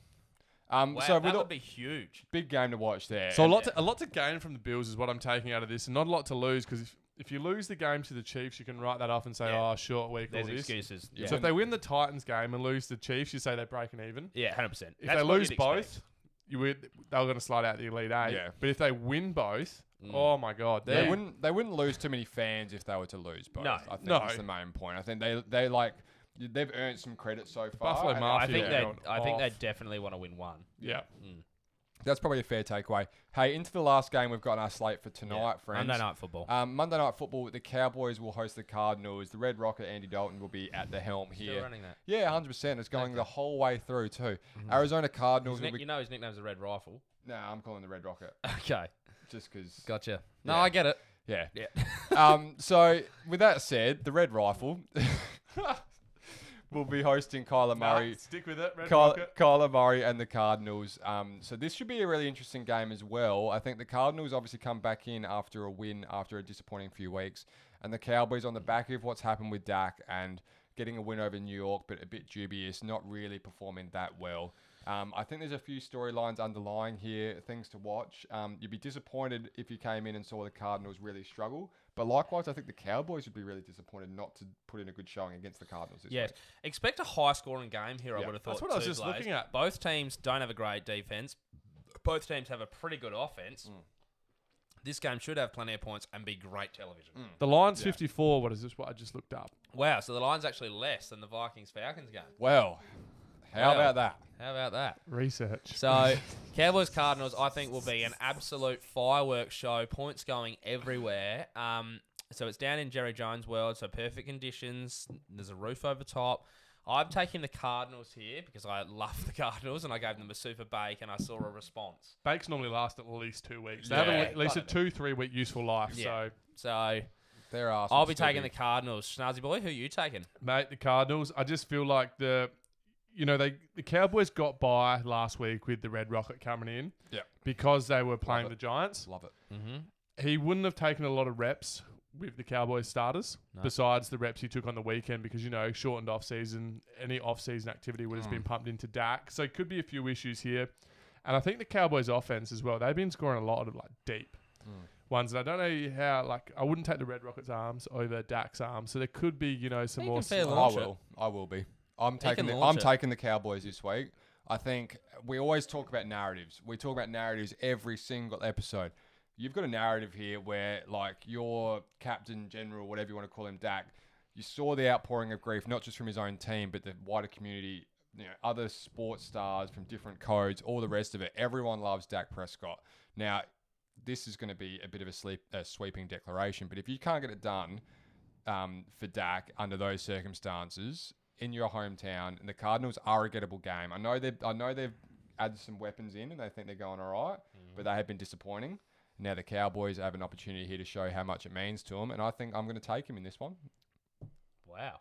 [SPEAKER 1] Um,
[SPEAKER 2] Wow,
[SPEAKER 1] so we
[SPEAKER 2] that
[SPEAKER 1] got
[SPEAKER 2] would be huge.
[SPEAKER 1] big game to watch there.
[SPEAKER 3] So a
[SPEAKER 1] And-
[SPEAKER 3] lot, to, a lot to gain from the Bills is what I'm taking out of this, and not a lot to lose because if, if you lose the game to the Chiefs, you can write that off and say,
[SPEAKER 2] Yeah.
[SPEAKER 3] "Oh, short week."
[SPEAKER 2] There's
[SPEAKER 3] all this.
[SPEAKER 2] excuses.
[SPEAKER 1] Yeah.
[SPEAKER 2] Yeah,
[SPEAKER 3] So if they win the Titans game and lose the Chiefs, you say they're breaking even.
[SPEAKER 2] yeah, hundred percent.
[SPEAKER 3] If they lose both, you would they were going to slide out the elite eight.
[SPEAKER 1] Yeah.
[SPEAKER 3] But if they win both,
[SPEAKER 2] Mm.
[SPEAKER 3] oh my god,
[SPEAKER 1] They
[SPEAKER 3] they
[SPEAKER 1] wouldn't. They wouldn't lose too many fans if they were to lose both.
[SPEAKER 2] No.
[SPEAKER 1] I think
[SPEAKER 3] No.
[SPEAKER 1] that's the main point. I think they they like they've earned some credit so far.
[SPEAKER 3] Buffalo
[SPEAKER 1] and
[SPEAKER 3] Mafia
[SPEAKER 2] I think
[SPEAKER 3] are
[SPEAKER 2] they,
[SPEAKER 3] going
[SPEAKER 2] I think they
[SPEAKER 3] off.
[SPEAKER 2] definitely want to win one.
[SPEAKER 3] Yeah.
[SPEAKER 1] That's probably a fair takeaway. Hey, into the last game we've got on our slate for tonight,
[SPEAKER 2] Yeah.
[SPEAKER 1] friends.
[SPEAKER 2] Monday night football.
[SPEAKER 1] Um, Monday night football. The Cowboys will host the Cardinals. The Red Rocket Andy Dalton will be at the helm
[SPEAKER 2] Still
[SPEAKER 1] here.
[SPEAKER 2] running Mm-hmm. that.
[SPEAKER 1] Yeah, hundred percent. It's going the whole way through too. Arizona Cardinals
[SPEAKER 2] His
[SPEAKER 1] will
[SPEAKER 2] nick-
[SPEAKER 1] be.
[SPEAKER 2] you know his nickname's a red rifle.
[SPEAKER 1] No, I'm calling the Red Rocket
[SPEAKER 2] Okay,
[SPEAKER 1] just because.
[SPEAKER 2] gotcha. No,
[SPEAKER 1] Yeah.
[SPEAKER 2] I get it.
[SPEAKER 1] Yeah.
[SPEAKER 2] Yeah.
[SPEAKER 1] um, so, with that said, the Red Rifle will be hosting Kyler
[SPEAKER 3] Nah,
[SPEAKER 1] Murray.
[SPEAKER 3] stick with it. Red
[SPEAKER 1] Ky-
[SPEAKER 3] Rocket.
[SPEAKER 1] Kyler Murray and the Cardinals. Um, so this should be a really interesting game as well. I think the Cardinals obviously come back in after a win after a disappointing few weeks, and the Cowboys on the back of what's happened with Dak and getting a win over New York, but a bit dubious, not really performing that well. Um, I think there's a few storylines underlying here, things to watch. Um, you'd be disappointed if you came in and saw the Cardinals really struggle, but likewise, I think the Cowboys would be really disappointed not to put in a good showing against the Cardinals. This
[SPEAKER 2] Yes,
[SPEAKER 1] week.
[SPEAKER 2] expect a high scoring game here. I
[SPEAKER 1] Yeah.
[SPEAKER 2] would have thought.
[SPEAKER 3] That's what I was
[SPEAKER 2] too,
[SPEAKER 3] just
[SPEAKER 2] Blaze.
[SPEAKER 3] looking at.
[SPEAKER 2] Both teams don't have a great defense. Both teams have a pretty good offense.
[SPEAKER 3] Mm.
[SPEAKER 2] This game should have plenty of points and be great television.
[SPEAKER 3] The Lions
[SPEAKER 1] Yeah.
[SPEAKER 3] 54. What is this? What I just looked up.
[SPEAKER 2] Wow, so the line's actually less than the Vikings Falcons game.
[SPEAKER 1] Well, how
[SPEAKER 2] Well.
[SPEAKER 1] about that?
[SPEAKER 2] How about that?
[SPEAKER 3] Research.
[SPEAKER 2] So, Cowboys Cardinals, I think, will be an absolute fireworks show. Points going everywhere. Um, so it's down in Jerry Jones' world. So perfect conditions. There's a roof over top. I'm taking the Cardinals here because I love the Cardinals and I gave them a super bake and I saw a response.
[SPEAKER 3] Bakes normally last at least two weeks. They
[SPEAKER 2] Yeah.
[SPEAKER 3] have at least a two, three week useful life.
[SPEAKER 2] Yeah.
[SPEAKER 3] So,
[SPEAKER 2] So
[SPEAKER 1] Their ass.
[SPEAKER 2] I'll
[SPEAKER 1] would
[SPEAKER 2] be
[SPEAKER 1] still
[SPEAKER 2] taking the Cardinals. Schnazzy boy, who are you taking?
[SPEAKER 3] mate, the Cardinals, I just feel like the, you know, they the Cowboys got by last week with the Red Rocket coming in.
[SPEAKER 1] Yep.
[SPEAKER 3] Because they were playing
[SPEAKER 1] it.
[SPEAKER 3] the Giants.
[SPEAKER 1] love it.
[SPEAKER 2] Mm-hmm.
[SPEAKER 3] He wouldn't have taken a lot of reps with the Cowboys starters,
[SPEAKER 2] No.
[SPEAKER 3] besides the reps he took on the weekend because, you know, shortened off season, any off season activity
[SPEAKER 2] Hmm.
[SPEAKER 3] would have been pumped into Dak. So it could be a few issues here. And I think the Cowboys offense as well, they've been scoring a lot of like deep
[SPEAKER 2] Hmm.
[SPEAKER 3] ones. And I don't know how like I wouldn't take the Red Rockets arms over Dak's arms. So there could be, you know, some
[SPEAKER 2] You
[SPEAKER 3] more
[SPEAKER 2] can fair
[SPEAKER 3] sl-
[SPEAKER 1] I
[SPEAKER 2] launch it.
[SPEAKER 1] will. I will be. I'm
[SPEAKER 2] can
[SPEAKER 1] taking. The,
[SPEAKER 2] launch
[SPEAKER 1] I'm
[SPEAKER 2] it.
[SPEAKER 1] taking the Cowboys this week. I think we always talk about narratives. We talk about narratives every single episode. You've got a narrative here where, like, your captain, general, whatever you want to call him, Dak, you saw the outpouring of grief, not just from his own team, but the wider community, you know, other sports stars from different codes, all the rest of it. Everyone loves Dak Prescott. Now, this is going to be a bit of a, sleep, a sweeping declaration, but if you can't get it done, um, for Dak under those circumstances in your hometown. And the Cardinals are a gettable game. I know they I know they've added some weapons in and they think they're going all right, but they have been disappointing. Now the Cowboys have an opportunity here to show how much it means to them, and I think I'm going to take him in this one.
[SPEAKER 2] Wow.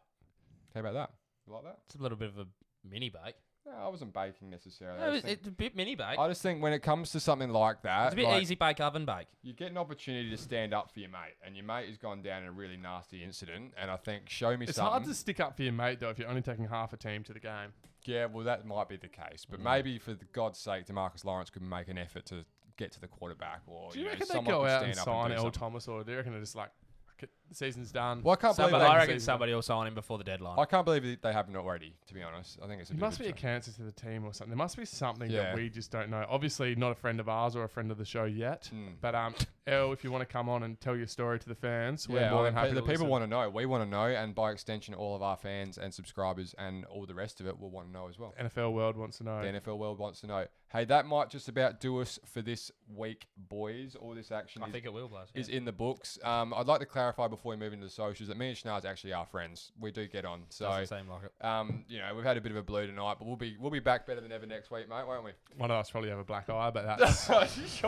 [SPEAKER 1] How about that? You like that?
[SPEAKER 2] It's a little bit of a mini bake.
[SPEAKER 1] No, I wasn't baking necessarily. I,
[SPEAKER 2] No,
[SPEAKER 1] just
[SPEAKER 2] it's,
[SPEAKER 1] think,
[SPEAKER 2] it's a bit mini bake.
[SPEAKER 1] I just think when it comes to something like that,
[SPEAKER 2] It's a bit
[SPEAKER 1] like,
[SPEAKER 2] easy bake, oven bake.
[SPEAKER 1] you get an opportunity to stand up for your mate, and your mate has gone down in a really nasty incident. And I think show me
[SPEAKER 3] It's
[SPEAKER 1] something.
[SPEAKER 3] hard to stick up for your mate though if you're only taking half a team to the game.
[SPEAKER 1] Yeah, well, that might be the case,
[SPEAKER 3] Mm.
[SPEAKER 1] but maybe for the God's sake, Demarcus Lawrence could make an effort to get to the quarterback, or
[SPEAKER 3] Do you
[SPEAKER 1] know,
[SPEAKER 3] reckon they
[SPEAKER 1] someone
[SPEAKER 3] go
[SPEAKER 1] could
[SPEAKER 3] out
[SPEAKER 1] stand
[SPEAKER 3] and
[SPEAKER 1] up and
[SPEAKER 3] sign
[SPEAKER 1] do
[SPEAKER 3] Earl
[SPEAKER 1] something.
[SPEAKER 3] Thomas or do you reckon they're just like "Fuck it, the season's done?
[SPEAKER 1] Well, I can't believe
[SPEAKER 2] Somebody,
[SPEAKER 1] they,
[SPEAKER 2] I
[SPEAKER 3] season.
[SPEAKER 2] reckon somebody will sign him before the deadline.
[SPEAKER 1] I can't believe that they haven't already. To be honest, I think it's a
[SPEAKER 3] It
[SPEAKER 1] bit
[SPEAKER 3] must
[SPEAKER 1] of
[SPEAKER 3] be
[SPEAKER 1] a
[SPEAKER 3] a
[SPEAKER 1] joke.
[SPEAKER 3] cancer to the team or something. There must be something
[SPEAKER 1] Yeah.
[SPEAKER 3] that we just don't know. Obviously, not a friend of ours or a friend of the show yet.
[SPEAKER 1] Mm.
[SPEAKER 3] But um, El, if you want to come on and tell your story to the fans, we're
[SPEAKER 1] Yeah,
[SPEAKER 3] more
[SPEAKER 1] I
[SPEAKER 3] than
[SPEAKER 1] mean,
[SPEAKER 3] happy.
[SPEAKER 1] the
[SPEAKER 3] to
[SPEAKER 1] people
[SPEAKER 3] listen.
[SPEAKER 1] want to know. We want to know, and by extension, all of our fans and subscribers and all the rest of it will want to know as well.
[SPEAKER 3] NFL world wants to know.
[SPEAKER 1] The NFL world wants to know. Hey, that might just about do us for this week, boys. All this action
[SPEAKER 2] I
[SPEAKER 1] is
[SPEAKER 2] think it will, Blas.
[SPEAKER 1] is in the books. Um, I'd like to clarify before we move into the socials that me and Schnars actually are friends. We do get on. So,
[SPEAKER 2] Doesn't seem like it.
[SPEAKER 1] um, you know, we've had a bit of a blue tonight, but we'll be we'll be back better than ever next week, mate, won't we?
[SPEAKER 3] One of us probably have a black eye, but that's
[SPEAKER 1] Jesus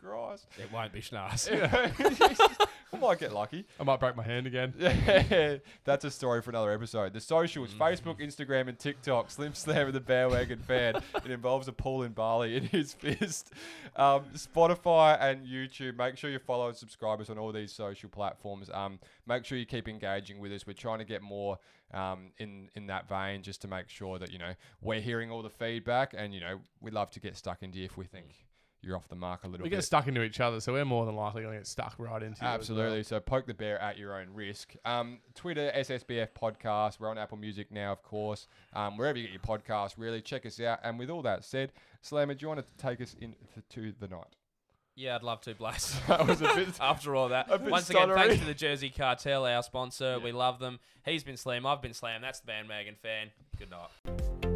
[SPEAKER 1] Christ.
[SPEAKER 2] It won't be Schnaz.
[SPEAKER 1] I might get lucky.
[SPEAKER 3] I might break my hand again.
[SPEAKER 1] That's a story for another episode. The socials,
[SPEAKER 3] Mm-hmm.
[SPEAKER 1] Facebook, Instagram, and TikTok. Slim Slam and the Bandwagon Fan. it involves a pool in Bali in his fist. Um, Spotify and YouTube. Make sure you follow and subscribe us on all these social platforms. Um, make sure you keep engaging with us. We're trying to get more um, in in that vein, just to make sure that you know we're hearing all the feedback, and you know we love to get stuck into you if we think you're off the mark a little
[SPEAKER 3] We
[SPEAKER 1] bit.
[SPEAKER 3] get stuck into each other, so we're more than likely going to get stuck right into. you as
[SPEAKER 1] Absolutely. So poke the bear at your own risk. Um, Twitter, SSBF Podcast. We're on Apple Music now, of course. Um, wherever you get your podcast, really, check us out. And with all that said, Slammer, do you want to take us into the night?
[SPEAKER 2] Yeah, I'd love to, Blas.
[SPEAKER 1] That was a bit.
[SPEAKER 2] After all that,
[SPEAKER 1] A bit
[SPEAKER 2] once again, thanks
[SPEAKER 1] stuttery.
[SPEAKER 2] to the Jersey Cartel, our sponsor. We love them. He's been Slam. I've been Slam. That's the bandwagon fan. Good night.
[SPEAKER 3] well.